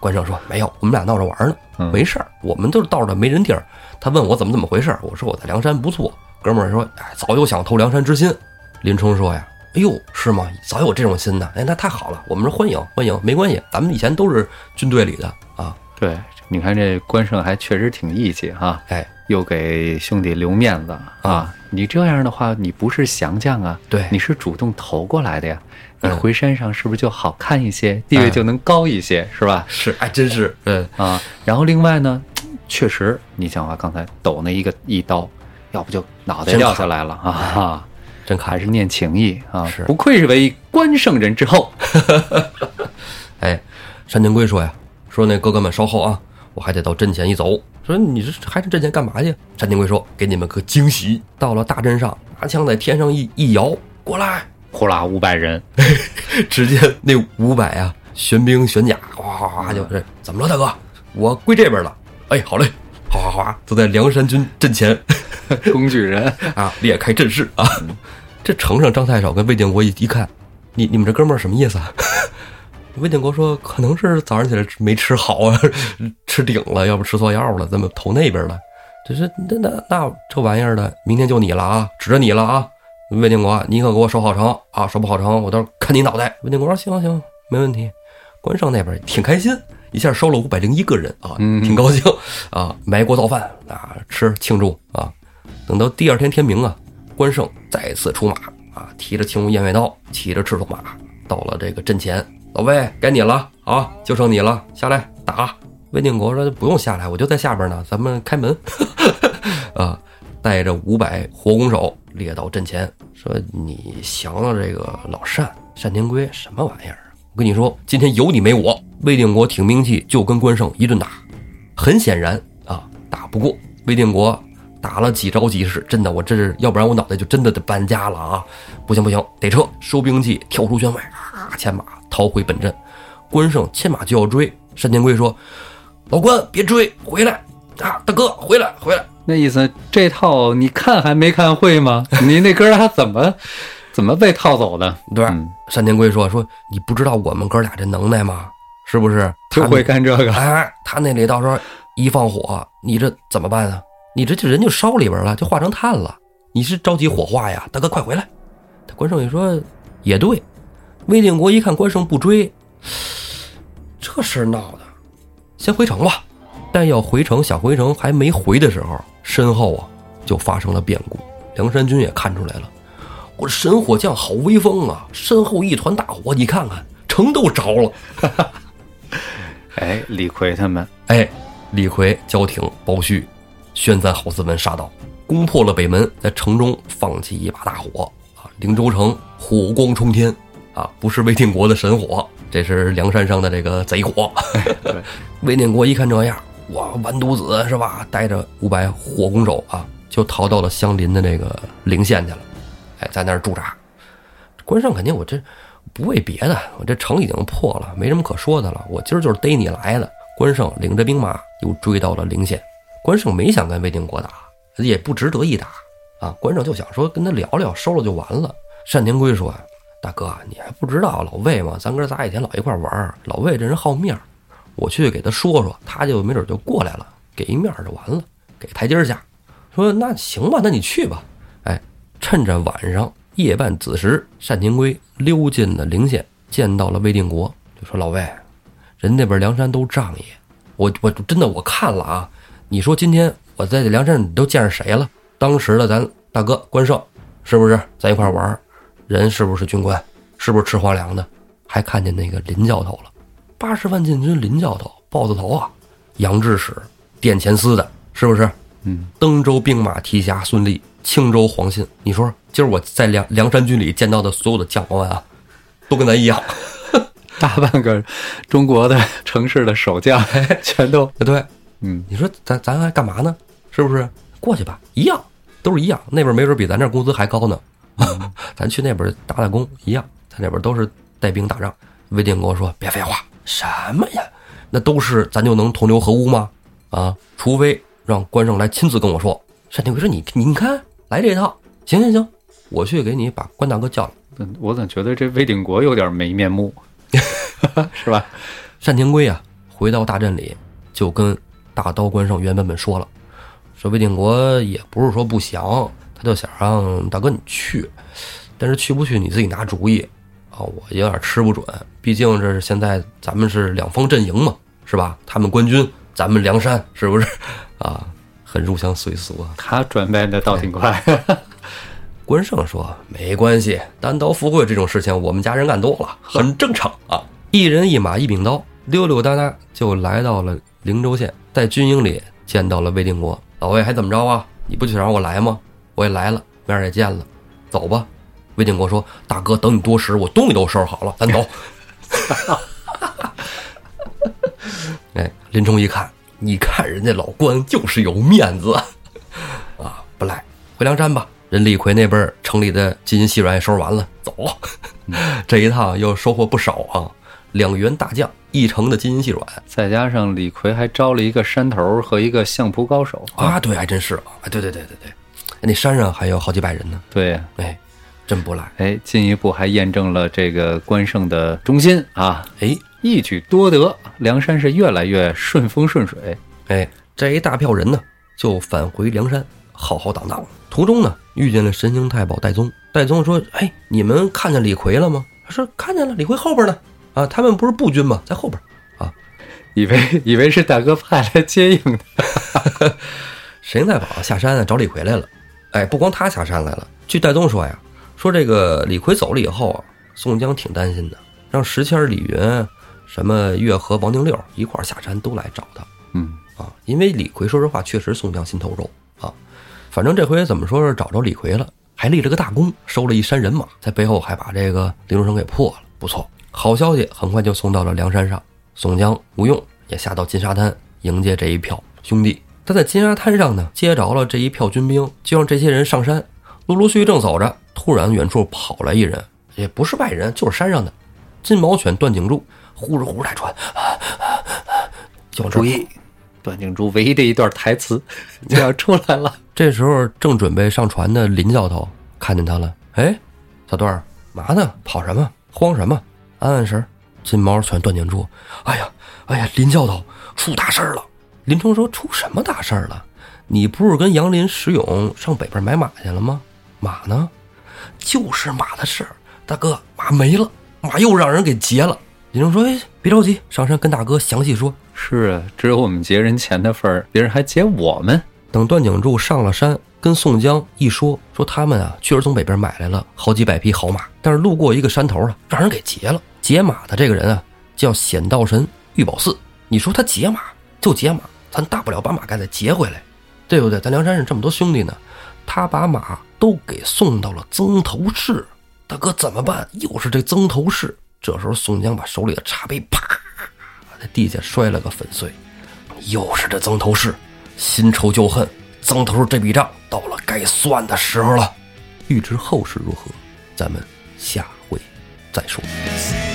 关胜说没有，我们俩闹着玩呢，嗯没事儿，我们就是到这没人地儿。他问我怎么怎么回事儿，我说我在梁山不错。哥们儿说，哎，早有想投梁山之心。林冲说呀，哎呦，是吗？早有这种心呢，哎，那太好了，我们这欢迎欢迎，没关系，咱们以前都是军队里的啊。对，你看这关胜还确实挺义气哈、哎，又给兄弟留面子嗯啊！你这样的话，你不是降将啊，对你是主动投过来的呀。你哎嗯回山上是不是就好看一些，地位就能高一些，是吧？是，哎，真是，嗯，啊，然后另外呢，确实，你想啊，刚才抖那一个一刀，要不就脑袋真掉砍下来了啊！哈真还看是念情义啊，是不愧是为关圣人之后。哎，单廷圭说呀，说那哥哥们稍后啊，我还得到阵前一走。说你这还是阵前干嘛去？单廷圭说，给你们个惊喜。到了大阵上，拿枪在天上一一摇，过来，呼啦五百人，只见那五百啊，玄兵玄甲，哗哗哗就这，怎么了，大哥？我归这边了。哎，好嘞，哗哗哗，都在梁山军阵前 (laughs) 工具人， (laughs) 啊，裂开阵势啊。这城上张太守跟魏建国一一看，你你们这哥们儿什么意思啊？ (laughs) 魏建国说，可能是早上起来吃没吃好啊， (laughs) 吃顶了，要不吃错药了，怎么投那边了？这是那那那这玩意儿的，明天就你了啊，指着你了啊！魏定国，你可给我守好城啊，守不好城，我到时候砍你脑袋。魏定国说：“行行，没问题。”关胜那边挺开心，一下收了五百零一个人啊，嗯挺高兴啊，埋锅造饭啊，吃庆祝啊。等到第二天天明啊，关胜再次出马啊，提着青龙偃月刀，骑着赤兔马，到了这个阵前。老魏，该你了啊，就剩你了，下来打。魏定国说：“不用下来，我就在下边呢，咱们开门。” (laughs) 啊，带着五百火攻手列到阵前，说：“你降了这个老单单廷圭什么玩意儿啊？我跟你说，今天有你没我。”魏定国挺兵器就跟关胜一顿打，很显然啊，打不过魏定国。打了几招即是，真的，我这是要不然我脑袋就真的得搬家了啊！不行不行，得撤，收兵器，跳出圈外，啊，牵马逃回本阵。关胜牵马就要追，单廷圭说：“老关，别追，回来啊，大哥，回来，回来。”那意思这套你看还没看会吗？你那哥俩怎么怎么被套走的？对吧，嗯，单廷圭说：“说你不知道我们哥俩这能耐吗？是不是？他就会干这个。哎，他那里到时候一放火，你这怎么办啊？你这就人就烧里边了，就化成炭了。你是着急火化呀，大哥，快回来！他关胜也说也对。魏定国一看关胜不追，这事儿闹的，先回城吧。但要回城，想回城还没回的时候，身后啊就发生了变故。梁山军也看出来了，我神火将好威风啊！身后一团大火，你看看，城都着了。哎，李逵他们，哎，李逵、焦挺、包胥宣赞郝思文杀到，攻破了北门，在城中放起一把大火啊！灵州城火光冲天啊！不是魏定国的神火，这是梁山上的这个贼火。对魏定国一看这样，哇，完犊子是吧？带着五百火攻手啊，就逃到了相邻的这个陵县去了。哎，在那儿驻扎。关胜肯定我这不为别的，我这城已经破了，没什么可说的了。我今儿就是逮你来的。关胜领着兵马又追到了陵县。关胜没想跟魏定国打，也不值得一打啊。关胜就想说跟他聊聊，收了就完了。单廷圭说：“大哥，你还不知道老魏吗？咱哥仨以前老一块玩儿，老魏这人好面儿，我去给他说说，他就没准就过来了，给一面儿就完了，给台阶儿下。说那行吧，那你去吧。哎，趁着晚上夜半子时，单廷圭溜进了陵县，见到了魏定国，就说老魏，人那边梁山都仗义，我我真的我看了啊，你说今天我在这梁山你都见着谁了？当时的咱大哥关胜，是不是在一块玩儿？人是不是军官？是不是吃皇粮的？还看见那个林教头了，八十万禁军林教头，豹子头啊，杨志使、殿前司的，是不是？嗯，登州兵马提辖孙立，青州黄信。你说，今儿我在梁梁山军里见到的所有的将官啊，都跟咱一样。 (laughs) 大半个中国的城市的守将 (laughs) 全都，对，哎嗯，你说咱咱还干嘛呢？是不是？过去吧，一样，都是一样。那边没准比咱这儿工资还高呢， (laughs) 咱去那边打打工一样。他那边都是带兵打仗。魏定国说：“别废话，什么呀？那都是咱就能同流合污吗？啊，除非让关胜来亲自跟我说。”单廷圭说：“你你看，来这套，行行行，我去给你把关大哥叫来。”嗯我怎么觉得这魏定国有点没面 (laughs) 目，是吧？单廷圭啊，回到大阵里，就跟大刀关胜、袁本本说了，说魏定国也不是说不降，他就想让大哥你去，但是去不去你自己拿主意啊，我有点吃不准，毕竟这是现在咱们是两方阵营嘛，是吧？他们官军，咱们梁山，是 (laughs) 不是？啊，很入乡随俗啊。他转变的倒挺快， (laughs) 关胜说：“没关系，单刀赴会这种事情，我们家人干多了，很正常啊。一人一马一柄刀，溜溜达达就来到了灵州县，在军营里见到了魏定国。老魏还怎么着啊？你不就想让我来吗？我也来了，面儿也见了，走吧。”魏定国说：“大哥，等你多时，我东西都收拾好了，咱走。” (laughs) 哎，林冲一看，你看人家老关就是有面子。啊，不赖，回梁山吧。人李逵那边儿城里的金银细软也收拾完了，走。 (laughs) 这一趟又收获不少啊，两员大将，一城的金银细软再加上李逵还招了一个山头和一个相扑高手，啊，对，还真是啊，哎对对对对对，那山上还有好几百人呢，对，哎，真不赖，哎，进一步还验证了这个关胜的忠心啊，哎一举多得，梁山是越来越顺风顺水。哎，这一大票人呢就返回梁山，浩浩荡荡。途中呢遇见了神行太保戴宗，戴宗说：“哎，你们看见李逵了吗？”他说：“看见了，李逵后边呢。”啊，他们不是步军吗？在后边啊。以为 (laughs) 以为是大哥派来接应的， (laughs) 神太保下山啊找李逵来了。哎，不光他下山来了，据戴宗说呀，说这个李逵走了以后啊，宋江挺担心的，让石谦儿、李云、什么月和王定六一块儿下山都来找他嗯，啊，因为李逵说实话确实宋江心头肉啊。反正这回怎么说是找着李逵了，还立了个大功，收了一山人马，在背后还把这个林如生给破了，不错。好消息很快就送到了梁山上，宋江、吴用也下到金沙滩迎接这一票兄弟。他在金沙滩上呢，接着了这一票军兵，就让这些人上山。陆陆续续正走着，突然远处跑来一人，也不是外人，就是山上的金毛犬段景柱，呼哧呼哧大喘，啊啊啊就往这儿注意，段景珠唯一的一段台词就要出来了。这时候正准备上船的林教头看见他了，哎，小段儿，嘛呢？跑什么？慌什么？安安神儿。金毛犬段景柱，哎呀，哎呀，林教头出大事儿了。林冲说：“出什么大事儿了？你不是跟杨林、石勇上北边买马去了吗？马呢？就是马的事儿。大哥，马没了，马又让人给劫了。”林冲说：“哎，别着急，上山跟大哥详细说。” (laughs) 是啊，只有我们劫人钱的份儿，别人还劫我们。等段景柱上了山，跟宋江一说，说他们啊确实从北边买来了好几百匹好马，但是路过一个山头啊，让人给劫了。劫马的这个人啊叫显道神玉宝寺。你说他劫马就劫马，咱大不了把马盖再劫回来，对不对？咱梁山上这么多兄弟呢，他把马都给送到了曾头市，大哥怎么办？又是这曾头市。这时候宋江把手里的茶杯啪在地下摔了个粉碎。又是这曾头市，新仇旧恨，曾头市这笔账到了该算的时候了。欲知后事如何，咱们下回再说。 See